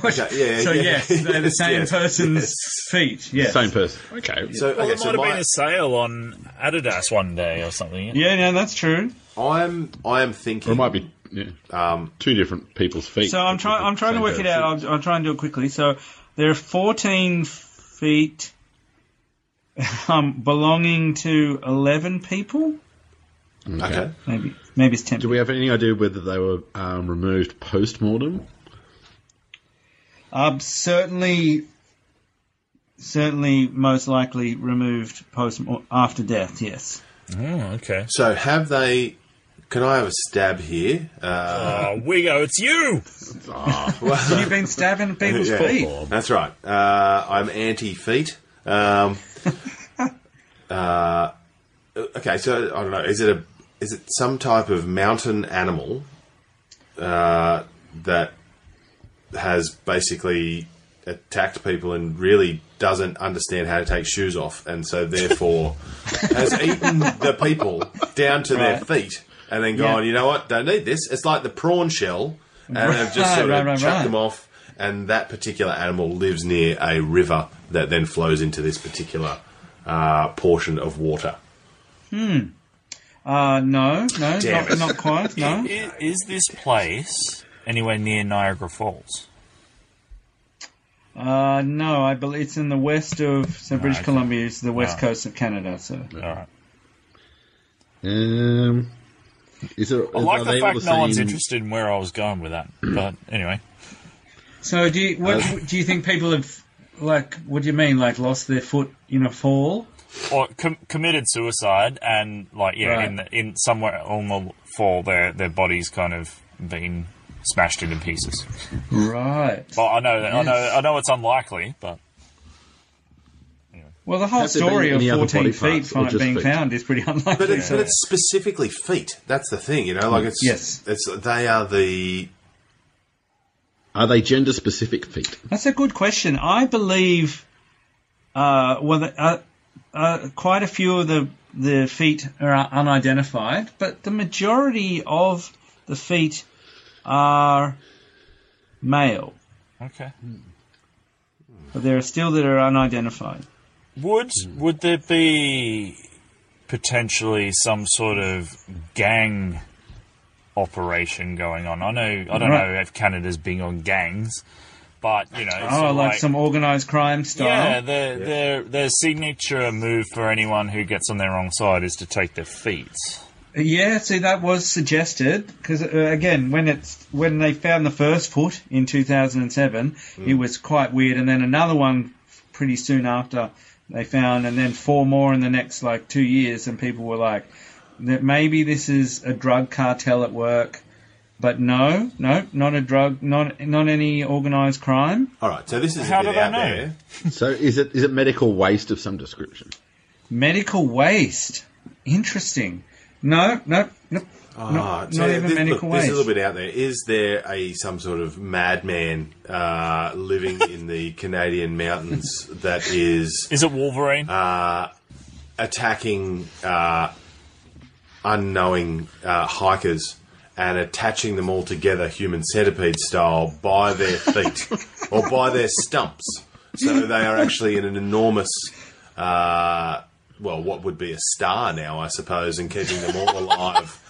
[SPEAKER 4] What?
[SPEAKER 2] Okay, yeah,
[SPEAKER 4] so
[SPEAKER 2] yeah.
[SPEAKER 4] yes, they're the
[SPEAKER 2] Yes,
[SPEAKER 4] same
[SPEAKER 2] yes,
[SPEAKER 4] person's
[SPEAKER 2] yes.
[SPEAKER 4] feet. Yes.
[SPEAKER 5] Same person. Okay.
[SPEAKER 2] So
[SPEAKER 1] Well,
[SPEAKER 2] okay,
[SPEAKER 1] it might
[SPEAKER 2] so
[SPEAKER 1] have
[SPEAKER 2] my,
[SPEAKER 1] been a sale on Adidas one day or something.
[SPEAKER 4] Yeah, no, that's true.
[SPEAKER 2] I'm I am
[SPEAKER 5] Or it
[SPEAKER 2] thinking.
[SPEAKER 5] might be yeah,
[SPEAKER 6] um,
[SPEAKER 5] two different people's feet.
[SPEAKER 4] So I'm trying. I'm trying to
[SPEAKER 5] Same
[SPEAKER 4] work it
[SPEAKER 5] pair of
[SPEAKER 4] out. I'll, I'll try and do it quickly. So there are 14 feet [laughs] um, belonging to 11 people.
[SPEAKER 5] feet.
[SPEAKER 2] okay.
[SPEAKER 4] Maybe maybe it's 10.
[SPEAKER 5] Do we have any idea whether they were um, removed post mortem?
[SPEAKER 4] Um, certainly, certainly, most likely removed post after death. Yes.
[SPEAKER 1] Oh, okay.
[SPEAKER 2] So have they? Can I have a stab here? Uh,
[SPEAKER 1] Oh, Wigo, it's you!
[SPEAKER 4] [laughs] You've been stabbing people's
[SPEAKER 2] Yeah.
[SPEAKER 4] feet.
[SPEAKER 2] That's right. Uh, I'm anti feet.
[SPEAKER 4] [laughs]
[SPEAKER 2] Um, uh, okay, so I don't know. Is it a is it some type of mountain animal uh, that has basically attacked people and really doesn't understand how to take shoes off, and so
[SPEAKER 4] [laughs]
[SPEAKER 2] therefore has eaten the people down to their
[SPEAKER 4] Right.
[SPEAKER 2] feet, and then gone.
[SPEAKER 4] Yeah.
[SPEAKER 2] You know what? Don't need this. It's like the prawn shell, and have just
[SPEAKER 4] Right,
[SPEAKER 2] sort
[SPEAKER 4] right,
[SPEAKER 2] of
[SPEAKER 4] right,
[SPEAKER 2] chucked
[SPEAKER 4] right.
[SPEAKER 2] them off, and that particular animal lives near a river that then flows into this particular uh, portion of water.
[SPEAKER 4] Uh, no, no,
[SPEAKER 2] Damn
[SPEAKER 4] not,
[SPEAKER 2] it.
[SPEAKER 4] not
[SPEAKER 2] [laughs]
[SPEAKER 4] quite. No.
[SPEAKER 6] Is, is this place anywhere near Niagara Falls?
[SPEAKER 4] Uh, no, I believe it's in the west of so British
[SPEAKER 2] Ah,
[SPEAKER 4] Columbia is the west coast of Canada. So
[SPEAKER 6] All right.
[SPEAKER 5] Um, is it?
[SPEAKER 6] I like
[SPEAKER 5] are
[SPEAKER 6] the
[SPEAKER 5] they all
[SPEAKER 6] fact
[SPEAKER 5] the
[SPEAKER 6] no one's
[SPEAKER 5] same-
[SPEAKER 6] interested in where I was going with that. But anyway,
[SPEAKER 4] So do you, what
[SPEAKER 2] Uh,
[SPEAKER 4] do you think people have like? What do you mean, like lost their foot in a fall?
[SPEAKER 6] or com- committed suicide and like yeah,
[SPEAKER 4] Right.
[SPEAKER 6] in the, in somewhere on the fall, their their body's kind of been smashed into pieces.
[SPEAKER 4] Right.
[SPEAKER 6] Well,
[SPEAKER 2] Oh,
[SPEAKER 6] I know that I know
[SPEAKER 4] Yes.
[SPEAKER 6] I know it's unlikely, but
[SPEAKER 4] Well, the whole
[SPEAKER 5] Have there
[SPEAKER 4] story
[SPEAKER 5] been
[SPEAKER 4] of
[SPEAKER 5] any other
[SPEAKER 4] fourteen
[SPEAKER 5] body
[SPEAKER 4] feet
[SPEAKER 5] parts or
[SPEAKER 4] from it
[SPEAKER 5] just
[SPEAKER 4] being
[SPEAKER 5] feet?
[SPEAKER 4] found is pretty [laughs] unlikely.
[SPEAKER 2] But it's,
[SPEAKER 4] so-
[SPEAKER 2] but it's specifically feet. That's the thing, you know. Like it's
[SPEAKER 4] Yes.
[SPEAKER 2] it's they are the
[SPEAKER 5] Are they gender specific feet?
[SPEAKER 4] That's a good question. I believe, uh, well, the, uh, uh, quite a few of the the feet are unidentified, but the majority of the feet are male,
[SPEAKER 6] okay.
[SPEAKER 4] but there are still that are unidentified.
[SPEAKER 6] Would
[SPEAKER 4] Mm.
[SPEAKER 6] would there be potentially some sort of gang operation going on? I know I don't
[SPEAKER 4] Right.
[SPEAKER 6] know if Canada's big on gangs, but you know,
[SPEAKER 4] Oh,
[SPEAKER 6] sort of
[SPEAKER 4] like, some organised crime style.
[SPEAKER 6] yeah, their their their signature move for anyone who gets on their wrong side is to take their feet.
[SPEAKER 4] Yeah, see, that was suggested because uh, again, when it's when they found the first foot in 2007,
[SPEAKER 2] Hmm.
[SPEAKER 4] it was quite weird, and then another one pretty soon after they found, and then four more in the next like two years, and people were like, that maybe this is a drug cartel at work. But no, no, not a drug, not not any organised crime.
[SPEAKER 2] All right, so this is
[SPEAKER 6] How
[SPEAKER 2] a bit
[SPEAKER 6] do they
[SPEAKER 2] out
[SPEAKER 6] know?
[SPEAKER 2] there.
[SPEAKER 5] So is it is it medical waste of some description?
[SPEAKER 4] Medical waste. Interesting. No, no, no.
[SPEAKER 2] Ah,
[SPEAKER 4] not,
[SPEAKER 2] so
[SPEAKER 4] not even
[SPEAKER 2] this,
[SPEAKER 4] medical
[SPEAKER 2] look,
[SPEAKER 4] waste.
[SPEAKER 2] This is a little bit out there. Is there a some sort of madman uh, living in the Canadian mountains that is
[SPEAKER 6] Is it Wolverine?
[SPEAKER 2] attacking uh, unknowing uh, hikers and attaching them all together, human centipede style, by their feet or by their stumps? So they are actually in an enormous. Uh, well, what would be a star now, I suppose, and keeping them all alive.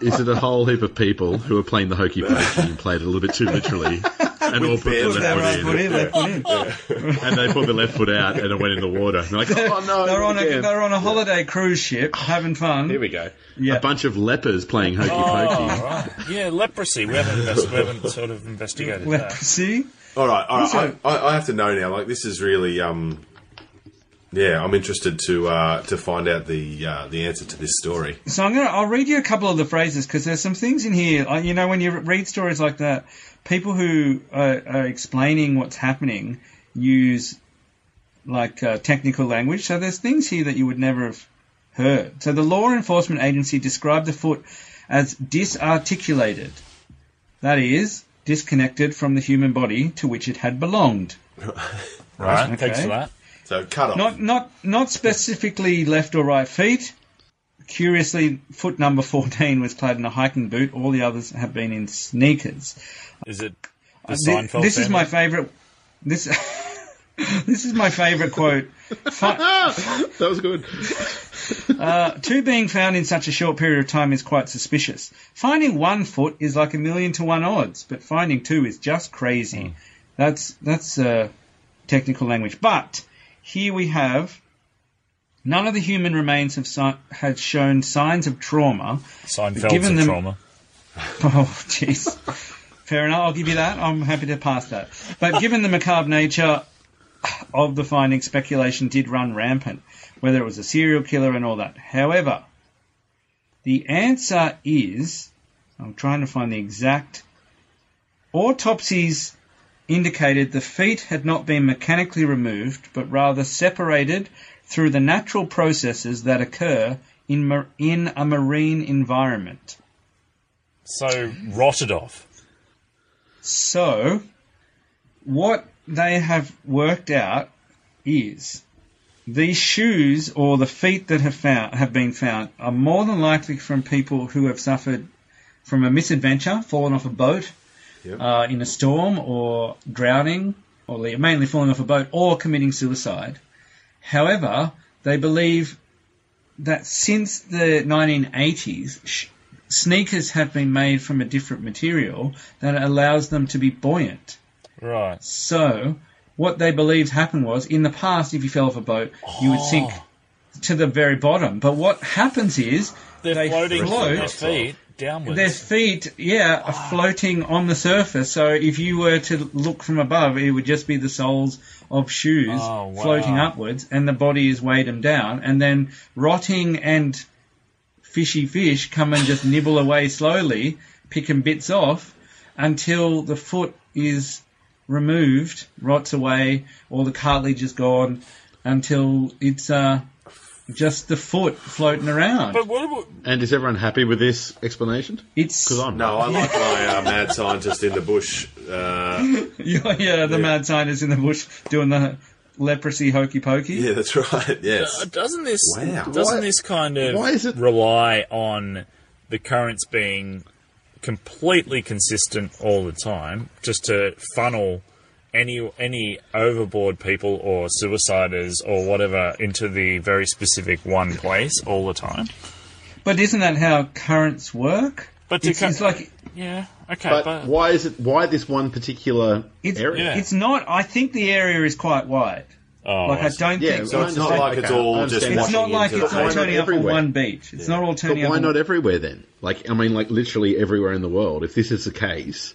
[SPEAKER 5] Is it a whole heap of people who are playing the hokey pokey and played it a little bit
[SPEAKER 6] [laughs]
[SPEAKER 5] too literally, and all put their
[SPEAKER 2] bears
[SPEAKER 5] left
[SPEAKER 2] out.
[SPEAKER 5] foot
[SPEAKER 4] Right
[SPEAKER 5] in,
[SPEAKER 4] foot in, left foot in.
[SPEAKER 5] and they put their left foot out, and it went in the water. And they're like, oh no!
[SPEAKER 4] They're on a
[SPEAKER 5] again."
[SPEAKER 4] they're on a holiday cruise ship having fun.
[SPEAKER 5] Here we go.
[SPEAKER 4] Yeah.
[SPEAKER 5] A bunch of lepers playing hokey
[SPEAKER 6] oh,
[SPEAKER 5] pokey.
[SPEAKER 6] right. Yeah, leprosy. We haven't, invest- we haven't sort of investigated that.
[SPEAKER 4] Leprosy.
[SPEAKER 2] All right, all right.
[SPEAKER 4] Also-
[SPEAKER 2] I, I, I have to know now. Like this is really, um, yeah. I'm interested to uh, to find out the uh, the answer to this story.
[SPEAKER 4] So I'm gonna I'll read you a couple of the phrases because there's some things in here. Like, you know, when you read stories like that, people who are, are explaining what's happening use like uh, technical language. So there's things here that you would never have heard. So the law enforcement agency described the foot as disarticulated, that is, disconnected from the human body to which it had belonged.
[SPEAKER 6] Right. Thanks
[SPEAKER 4] Okay.
[SPEAKER 6] for that.
[SPEAKER 2] So cut off.
[SPEAKER 4] Not not not specifically left or right feet. Curiously, foot number fourteen was clad in a hiking boot. All the others have been in sneakers.
[SPEAKER 6] Is it the
[SPEAKER 4] Uh, Thi-
[SPEAKER 6] Seinfeld
[SPEAKER 4] this is
[SPEAKER 6] family?
[SPEAKER 4] my favourite. This [laughs] this is my favourite quote. Fi-
[SPEAKER 5] That was good.
[SPEAKER 4] Two being found in such a short period of time is quite suspicious. Finding one foot is like a million to one odds, but finding two is just crazy. That's that's uh, technical language. But here we have none of the human remains have si- had shown signs of trauma.
[SPEAKER 6] Seinfeld's
[SPEAKER 4] Given
[SPEAKER 6] a
[SPEAKER 4] them-
[SPEAKER 6] trauma.
[SPEAKER 4] [laughs] Oh, jeez. Fair enough. I'll give you that. I'm happy to pass that. But given the macabre nature of the finding, speculation did run rampant, whether it was a serial killer and all that. However, the answer is I'm trying to find the exact. Autopsies indicated the feet had not been mechanically removed, but rather separated through the natural processes that occur in, mar- in a marine environment.
[SPEAKER 6] So rotted off.
[SPEAKER 4] So, what they have worked out is these shoes or the feet that have found have been found are more than likely from people who have suffered from a misadventure, fallen off a boat uh, in a storm, or drowning, or le- mainly falling off a boat, or committing suicide. However, they believe that since the 1980s, sh- sneakers have been made from a different material that allows them to be buoyant.
[SPEAKER 6] Right.
[SPEAKER 4] So, what they believed happened was, in the past, if you fell off a boat, you would sink
[SPEAKER 6] Oh.
[SPEAKER 4] to the very bottom. But what happens is
[SPEAKER 6] They're
[SPEAKER 4] They
[SPEAKER 6] floating
[SPEAKER 4] float.
[SPEAKER 6] from their feet downwards.
[SPEAKER 4] their feet, yeah,
[SPEAKER 6] Ah.
[SPEAKER 4] are floating on the surface. So if you were to look from above, it would just be the soles of shoes
[SPEAKER 6] Oh, wow.
[SPEAKER 4] floating upwards, and the body is weighed them down, and then rotting and fishy fish come and just nibble away slowly, picking bits off until the foot is removed, rots away, all the cartilage is gone, until it's uh, just the foot floating around.
[SPEAKER 6] But what about
[SPEAKER 5] And is everyone happy with this explanation?
[SPEAKER 4] it's
[SPEAKER 5] Because I'm
[SPEAKER 2] no, I like my uh, mad scientist in the bush. Uh,
[SPEAKER 4] [laughs] Yeah, yeah, the mad scientist in the bush doing the leprosy hokey pokey.
[SPEAKER 2] yeah, that's right. [laughs]
[SPEAKER 4] Uh,
[SPEAKER 2] Yes.
[SPEAKER 6] uh, doesn't this
[SPEAKER 2] Wow.
[SPEAKER 6] doesn't
[SPEAKER 5] Why-
[SPEAKER 6] this kind of
[SPEAKER 5] why is it-
[SPEAKER 6] rely on the currents being completely consistent all the time just to funnel any any overboard people or suiciders or whatever into the very specific one place all the time.
[SPEAKER 4] But isn't that how currents work?
[SPEAKER 6] But to
[SPEAKER 4] It's,
[SPEAKER 6] co-
[SPEAKER 4] it's like
[SPEAKER 6] yeah, okay,
[SPEAKER 5] But,
[SPEAKER 6] but,
[SPEAKER 5] why is it? Why this one particular
[SPEAKER 4] it's,
[SPEAKER 5] area?
[SPEAKER 6] Yeah.
[SPEAKER 4] it's not. I think the area is quite wide.
[SPEAKER 6] oh,
[SPEAKER 4] Like
[SPEAKER 6] I
[SPEAKER 4] I
[SPEAKER 6] see.
[SPEAKER 4] don't
[SPEAKER 5] Yeah,
[SPEAKER 4] think
[SPEAKER 2] So it's not like it's
[SPEAKER 5] Okay, I
[SPEAKER 2] all just
[SPEAKER 5] understand.
[SPEAKER 2] washing
[SPEAKER 5] It's
[SPEAKER 4] it's not
[SPEAKER 2] into
[SPEAKER 4] like
[SPEAKER 2] the
[SPEAKER 4] it's all
[SPEAKER 5] why
[SPEAKER 2] main-
[SPEAKER 5] not
[SPEAKER 4] turning up on
[SPEAKER 5] everywhere?
[SPEAKER 4] one beach. It's not all
[SPEAKER 5] But
[SPEAKER 4] turning
[SPEAKER 5] why
[SPEAKER 4] up. on-
[SPEAKER 5] not everywhere then? Like, I mean, like literally everywhere in the world. If this is the case,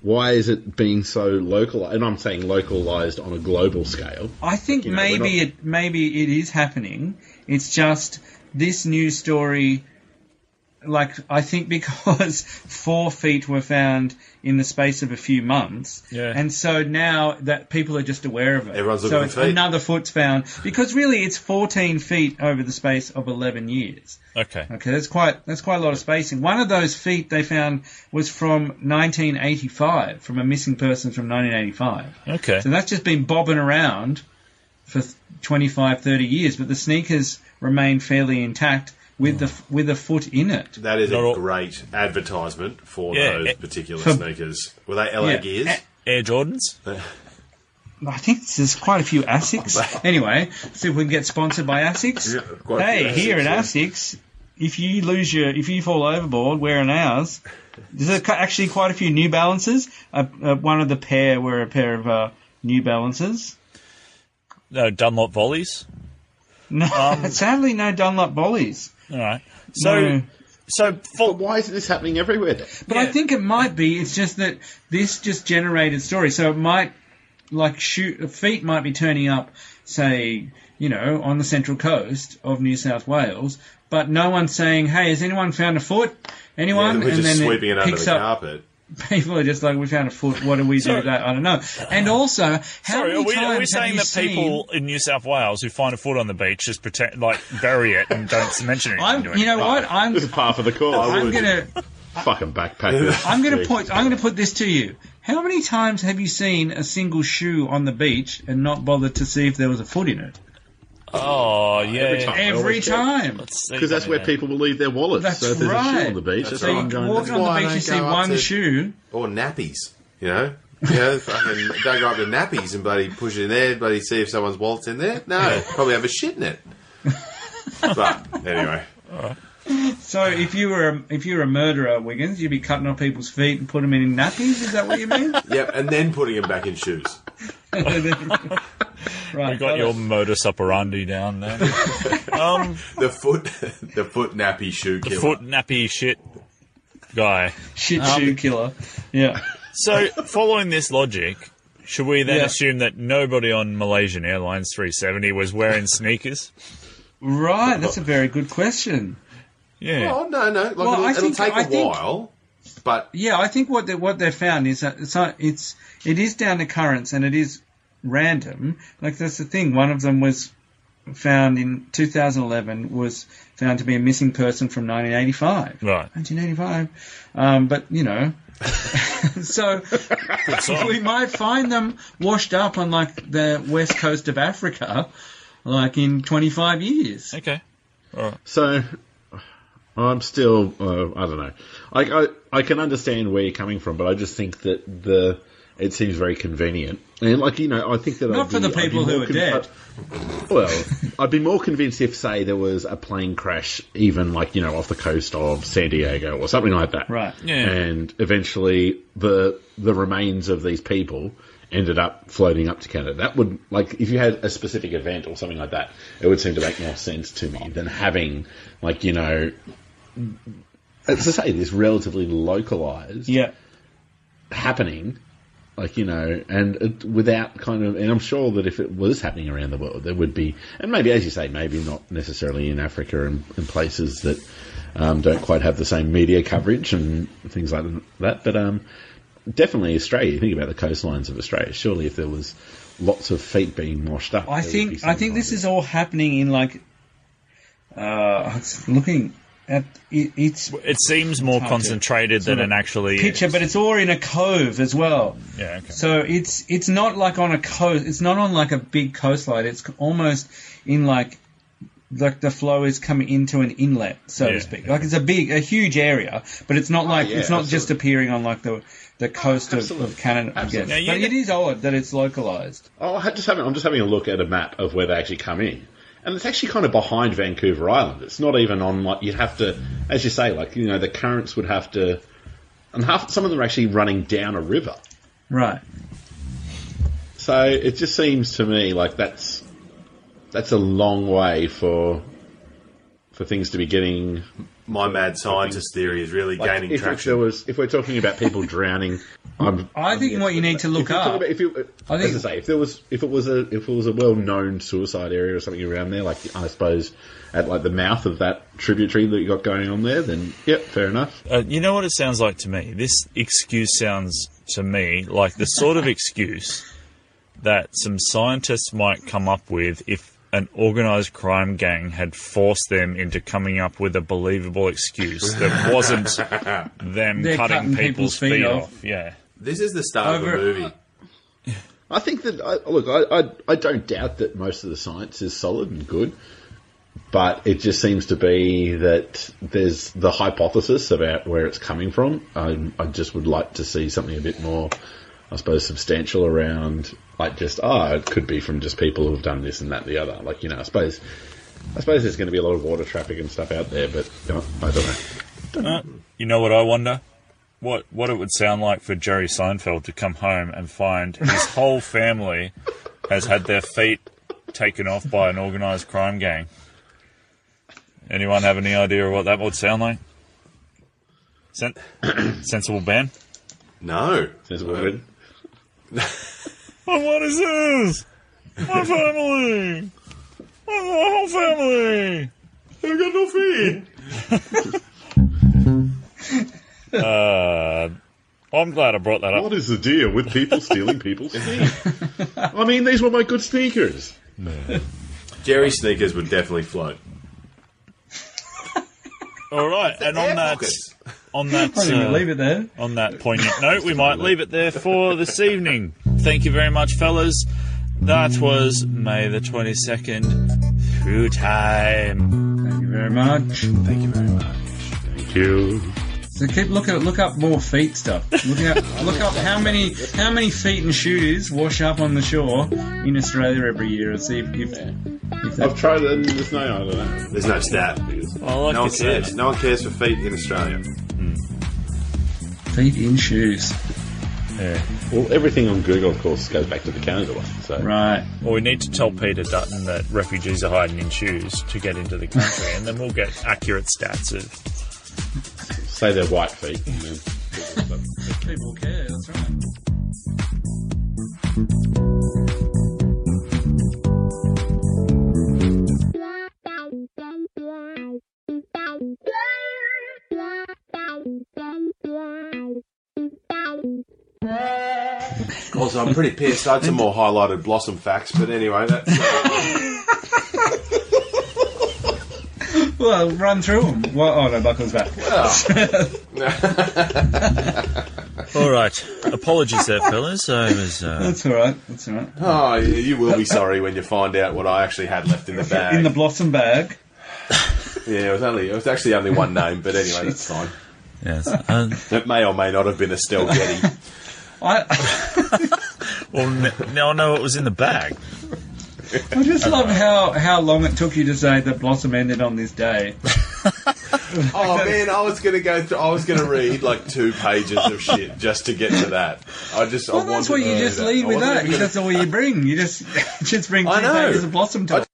[SPEAKER 5] why is it being so local? And I'm saying localized on a global scale.
[SPEAKER 4] I think
[SPEAKER 5] You know, we're
[SPEAKER 4] maybe
[SPEAKER 5] not-
[SPEAKER 4] it maybe it is happening. It's just this news story like I think because [laughs] four feet were found in the space of a few months,
[SPEAKER 1] Yeah.
[SPEAKER 4] and so now that people are just aware of it.
[SPEAKER 2] Everyone's
[SPEAKER 4] so
[SPEAKER 2] looking
[SPEAKER 4] it's
[SPEAKER 2] for feet.
[SPEAKER 4] another foot's found because really it's 14 feet over the space of 11 years.
[SPEAKER 1] Okay.
[SPEAKER 4] Okay, that's quite that's quite a lot of spacing. One of those feet they found was from 1985, from a missing person from 1985.
[SPEAKER 1] Okay.
[SPEAKER 4] So that's just been bobbing around for th- 25, 30 years, but the sneakers remain fairly intact with the f- with a foot in it.
[SPEAKER 2] That is
[SPEAKER 1] Not
[SPEAKER 2] a
[SPEAKER 1] all-
[SPEAKER 2] great advertisement for
[SPEAKER 1] Yeah,
[SPEAKER 2] those
[SPEAKER 1] eh,
[SPEAKER 2] particular
[SPEAKER 4] for-
[SPEAKER 2] sneakers. Were they LA
[SPEAKER 4] Yeah.
[SPEAKER 2] Gears?
[SPEAKER 4] Eh.
[SPEAKER 1] Air Jordans.
[SPEAKER 4] I think there's quite a few ASICs. [laughs] anyway, see if we can get sponsored by ASICs.
[SPEAKER 2] Yeah, quite a
[SPEAKER 4] hey,
[SPEAKER 2] few
[SPEAKER 4] here
[SPEAKER 2] ASICs,
[SPEAKER 4] at
[SPEAKER 2] yeah.
[SPEAKER 4] ASICS, if you lose your, if you fall overboard wearing ours, there's a, actually quite a few New Balances. Uh, uh, one of the pair were a pair of uh, New [laughs] Balances.
[SPEAKER 1] No Dunlop volleys.
[SPEAKER 4] No, sadly, no Dunlop Bollies.
[SPEAKER 1] All right. So
[SPEAKER 4] No.
[SPEAKER 1] so
[SPEAKER 5] But
[SPEAKER 1] for,
[SPEAKER 5] why isn't this happening everywhere? Then?
[SPEAKER 4] But I
[SPEAKER 1] Yeah.
[SPEAKER 4] think it might be. It's just that this just generated story, so it might like shoot feet might be turning up, say you know on the central coast of New South Wales, but no one's saying, hey, has anyone found a foot?
[SPEAKER 2] Yeah,
[SPEAKER 4] Anyone?
[SPEAKER 2] we're just
[SPEAKER 4] it
[SPEAKER 2] sweeping it, under
[SPEAKER 4] picks
[SPEAKER 2] the
[SPEAKER 4] up-
[SPEAKER 2] carpet.
[SPEAKER 4] [laughs] People are just like, we found a foot. What do we do
[SPEAKER 1] Sorry.
[SPEAKER 4] with that? I don't know. And also, how
[SPEAKER 1] sorry,
[SPEAKER 4] many
[SPEAKER 1] are we,
[SPEAKER 4] times
[SPEAKER 1] are we
[SPEAKER 4] have
[SPEAKER 1] saying
[SPEAKER 4] you
[SPEAKER 1] that
[SPEAKER 4] seen-
[SPEAKER 1] people in New South Wales who find a foot on the beach just pretend like bury it and don't mention it?
[SPEAKER 4] I'm, you know what? I'm
[SPEAKER 5] This is par for the course.
[SPEAKER 4] I'm gonna
[SPEAKER 5] Fucking backpackers.
[SPEAKER 4] I'm going to put. I'm going to put this to you. How many times have you seen a single shoe on the beach and not bothered to see if there was a foot in it?
[SPEAKER 1] Oh yeah.
[SPEAKER 5] Every time. I
[SPEAKER 4] Every
[SPEAKER 5] always do.
[SPEAKER 4] time.
[SPEAKER 5] Because that's where people will leave their wallets.
[SPEAKER 4] That's
[SPEAKER 5] so if there's a
[SPEAKER 4] right.
[SPEAKER 5] shoe on the beach,
[SPEAKER 2] That's
[SPEAKER 5] that's, where
[SPEAKER 2] right.
[SPEAKER 5] I'm going.
[SPEAKER 4] Walking
[SPEAKER 2] That's why
[SPEAKER 4] on
[SPEAKER 2] I
[SPEAKER 4] the beach,
[SPEAKER 2] don't
[SPEAKER 4] you see
[SPEAKER 2] go up
[SPEAKER 4] one
[SPEAKER 2] to-
[SPEAKER 4] shoe.
[SPEAKER 2] Or nappies, you know? Yeah, [laughs] fucking don't go up to nappies and buddy push it in there, buddy see if someone's wallet's in there. No, probably have a shit
[SPEAKER 4] [laughs]
[SPEAKER 2] in it. But anyway,
[SPEAKER 4] So if you were a, if you were a murderer, Wiggins, you'd be cutting off people's feet and putting them in nappies. Is that what
[SPEAKER 2] [laughs]
[SPEAKER 4] you mean? [laughs]
[SPEAKER 2] yep, and then putting him back in shoes.
[SPEAKER 4] right.
[SPEAKER 1] I got your modus operandi down
[SPEAKER 5] [laughs]
[SPEAKER 1] there. um,
[SPEAKER 2] The foot, [laughs] the foot nappy shoe killer.
[SPEAKER 1] foot nappy shit guy.
[SPEAKER 4] shit
[SPEAKER 2] um,
[SPEAKER 4] shoe killer. Yeah.
[SPEAKER 2] [laughs]
[SPEAKER 5] [laughs]
[SPEAKER 1] So, following this logic, should we then
[SPEAKER 4] Yeah.
[SPEAKER 1] assume that nobody on Malaysian Airlines 370 was wearing sneakers?
[SPEAKER 4] Right. That's a very good question.
[SPEAKER 1] Yeah.
[SPEAKER 2] Oh no, no, like
[SPEAKER 4] Well,
[SPEAKER 2] it'll,
[SPEAKER 4] I
[SPEAKER 2] it'll
[SPEAKER 4] think-
[SPEAKER 2] take a
[SPEAKER 4] I think-
[SPEAKER 2] while, but
[SPEAKER 4] Yeah, I think what they, what they found is that it's not, it's it is down to currents and it is random. Like that's the thing. One of them was found in 2011 was found to be a missing person from 1985.
[SPEAKER 1] Right.
[SPEAKER 4] 1985. Um, but you know, [laughs] so
[SPEAKER 1] song.
[SPEAKER 4] [laughs] we might find them washed up on like the west coast of Africa, like in 25 years.
[SPEAKER 1] Okay.
[SPEAKER 5] So I'm still, uh, I don't know. I, I I can understand where you're coming from, but I just think that the it seems very convenient. And like you know, I think that
[SPEAKER 4] Not
[SPEAKER 5] I'd
[SPEAKER 4] for
[SPEAKER 5] be-
[SPEAKER 4] the
[SPEAKER 5] I'd be
[SPEAKER 4] people who
[SPEAKER 5] more
[SPEAKER 4] are dead.
[SPEAKER 5] I- well, I'd be more convinced if, say, there was a plane crash, even like you know, off the coast of San Diego or something like that.
[SPEAKER 4] Right.
[SPEAKER 1] Yeah.
[SPEAKER 5] And eventually, the the remains of these people ended up floating up to Canada. That would like if you had a specific event or something like that, it would seem to make more sense to me than having like you know. As I say, this relatively localized
[SPEAKER 4] Yeah.
[SPEAKER 5] happening, like you know, and it, without kind of, and I'm sure that if it was happening around the world, there would be, and maybe as you say, maybe not necessarily in Africa and, and places that um, don't quite have the same media coverage and things like that, but um, definitely Australia. Think about the coastlines of Australia. Surely, if there was lots of feet being washed up,
[SPEAKER 4] I
[SPEAKER 5] there would be
[SPEAKER 4] think
[SPEAKER 5] some
[SPEAKER 4] I think this
[SPEAKER 5] kind
[SPEAKER 4] is all happening in like uh, I was looking at it, it's
[SPEAKER 1] It seems more
[SPEAKER 4] hard to
[SPEAKER 1] concentrated than
[SPEAKER 4] sort of
[SPEAKER 1] it actually
[SPEAKER 4] picture,
[SPEAKER 1] is.
[SPEAKER 4] but it's all in a cove as well.
[SPEAKER 1] Yeah, okay.
[SPEAKER 4] So it's it's not like on a coast. It's not on like a big coastline. It's almost in like like the flow is coming into an inlet, so
[SPEAKER 1] Yeah,
[SPEAKER 4] to speak. Like it's a big, a huge area, but it's not like
[SPEAKER 5] Oh, yeah, Oh,
[SPEAKER 4] it's not just appearing on like the the coast of,
[SPEAKER 5] absolutely.
[SPEAKER 4] of Canada. I guess.
[SPEAKER 5] Absolutely.
[SPEAKER 1] Now, you
[SPEAKER 4] but
[SPEAKER 1] get-
[SPEAKER 4] it is odd that it's localized.
[SPEAKER 5] Oh, I just having, I'm just having a look at a map of where they actually come in. And it's actually kind of behind Vancouver Island. It's not even on like you'd have to, as you say, like you know the currents would have to, and half some of them are actually running down a river.
[SPEAKER 4] Right.
[SPEAKER 5] So it just seems to me like that's that's a long way for for things to be getting
[SPEAKER 2] my mad scientist theory is really
[SPEAKER 5] like,
[SPEAKER 2] gaining
[SPEAKER 5] if, if there
[SPEAKER 2] traction.
[SPEAKER 5] was if we're talking about people [laughs] drowning I'm,
[SPEAKER 4] I think what you need to look
[SPEAKER 5] Oh, if you're talking About, if
[SPEAKER 4] up.
[SPEAKER 5] you,
[SPEAKER 4] I think-
[SPEAKER 5] as I say, if there was if it was a if it was a well known suicide area or something around there, like I suppose at like the mouth of that tributary that you got going on there, then yep, fair enough.
[SPEAKER 1] Uh, you know what it sounds like to me? This excuse sounds to me like the sort
[SPEAKER 4] [laughs]
[SPEAKER 1] of excuse that some scientists might come up with if an organized crime gang had forced them into coming up with a believable excuse that wasn't
[SPEAKER 4] [laughs]
[SPEAKER 1] them
[SPEAKER 4] They're
[SPEAKER 1] cutting,
[SPEAKER 4] cutting
[SPEAKER 1] people's,
[SPEAKER 4] people's
[SPEAKER 1] feet,
[SPEAKER 4] feet
[SPEAKER 1] off.
[SPEAKER 4] off.
[SPEAKER 1] Yeah.
[SPEAKER 2] This is the start of
[SPEAKER 4] Over-
[SPEAKER 2] a movie.
[SPEAKER 5] I think that I, look, I, I I don't doubt that most of the science is solid and good, but it just seems to be that there's the hypothesis about where it's coming from. I I just would like to see something a bit more, I suppose, substantial around like just ah, it could be from just people who've done this and that and the other. Like you know, I suppose. I suppose there's going to be a lot of water traffic and stuff out there, but you know, I don't know.
[SPEAKER 1] You know what I wonder? What what it would sound like for Jerry Seinfeld to come home and find his whole family has had their feet taken off by an organised crime gang. Anyone have any idea what that would sound like? Sen- sensible Ben.
[SPEAKER 2] No.
[SPEAKER 5] There's a woman.
[SPEAKER 1] And Oh, what is this? My family. My whole family.
[SPEAKER 2] I've got no feet.
[SPEAKER 1] Uh, I'm glad I brought that up.
[SPEAKER 5] What is the deal with people stealing [laughs] people's feet? I mean, these were my good sneakers.
[SPEAKER 2] Jerry sneakers would definitely float.
[SPEAKER 1] All right, and on that, on that,
[SPEAKER 4] I didn't
[SPEAKER 1] uh,
[SPEAKER 4] leave it there.
[SPEAKER 1] on that poignant note, we might leave it there for this evening. Thank you very much, fellas. That was May the 22nd, through time.
[SPEAKER 4] Thank you very much.
[SPEAKER 2] Thank you very much.
[SPEAKER 5] Thank you.
[SPEAKER 4] So keep looking look up more feet stuff. Look
[SPEAKER 2] [laughs]
[SPEAKER 4] up look up how many how many feet and shooters wash up on the shore in Australia every year and see if, if, if
[SPEAKER 5] I've
[SPEAKER 4] that
[SPEAKER 5] tried it and there's no, I don't know.
[SPEAKER 2] There's no stat.
[SPEAKER 1] I like
[SPEAKER 2] No
[SPEAKER 1] I
[SPEAKER 2] one
[SPEAKER 1] said,
[SPEAKER 2] cares. No one cares for feet in Australia.
[SPEAKER 4] feet in shoes.
[SPEAKER 5] Well, everything on Google, of course, goes back to the Canada one. So
[SPEAKER 4] Right.
[SPEAKER 1] well, we need to tell Peter Dutton that refugees are hiding in shoes to get into the country, and then we'll get accurate stats of
[SPEAKER 5] say they're white feet. and then-
[SPEAKER 4] People care, that's right.
[SPEAKER 2] Also, I'm pretty pissed. I had some more highlighted blossom facts, but anyway, that's. Uh,
[SPEAKER 4] Well, run through them. Well, oh no, Buckle's back.
[SPEAKER 1] All right. Apologies there, fellas. I was. Uh,
[SPEAKER 4] That's all right. That's all right.
[SPEAKER 2] [laughs] oh, you you will be sorry when you find out what I actually had left [laughs] in the bag.
[SPEAKER 4] In the blossom bag.
[SPEAKER 2] yeah, it was only it was actually only one name, but [laughs] anyway, that's fine.
[SPEAKER 1] yes. Uh,
[SPEAKER 2] It may or may not have been Estelle Getty.
[SPEAKER 4] I, [laughs]
[SPEAKER 1] well, n- now I know it was in the bag.
[SPEAKER 4] I just love how, how long it took you to say that blossom ended on this day.
[SPEAKER 2] [laughs] Oh man, I was gonna go. Through, I was gonna read like two pages of shit just to get to that. I just.
[SPEAKER 4] Well,
[SPEAKER 2] I
[SPEAKER 4] that's
[SPEAKER 2] wanted
[SPEAKER 4] what you
[SPEAKER 2] to do
[SPEAKER 4] just leave
[SPEAKER 2] I
[SPEAKER 4] with
[SPEAKER 2] wasn't
[SPEAKER 4] that
[SPEAKER 2] even
[SPEAKER 4] because that's all you bring. You [laughs] just just bring two
[SPEAKER 2] I know.
[SPEAKER 4] pages of blossom
[SPEAKER 2] I
[SPEAKER 4] talk.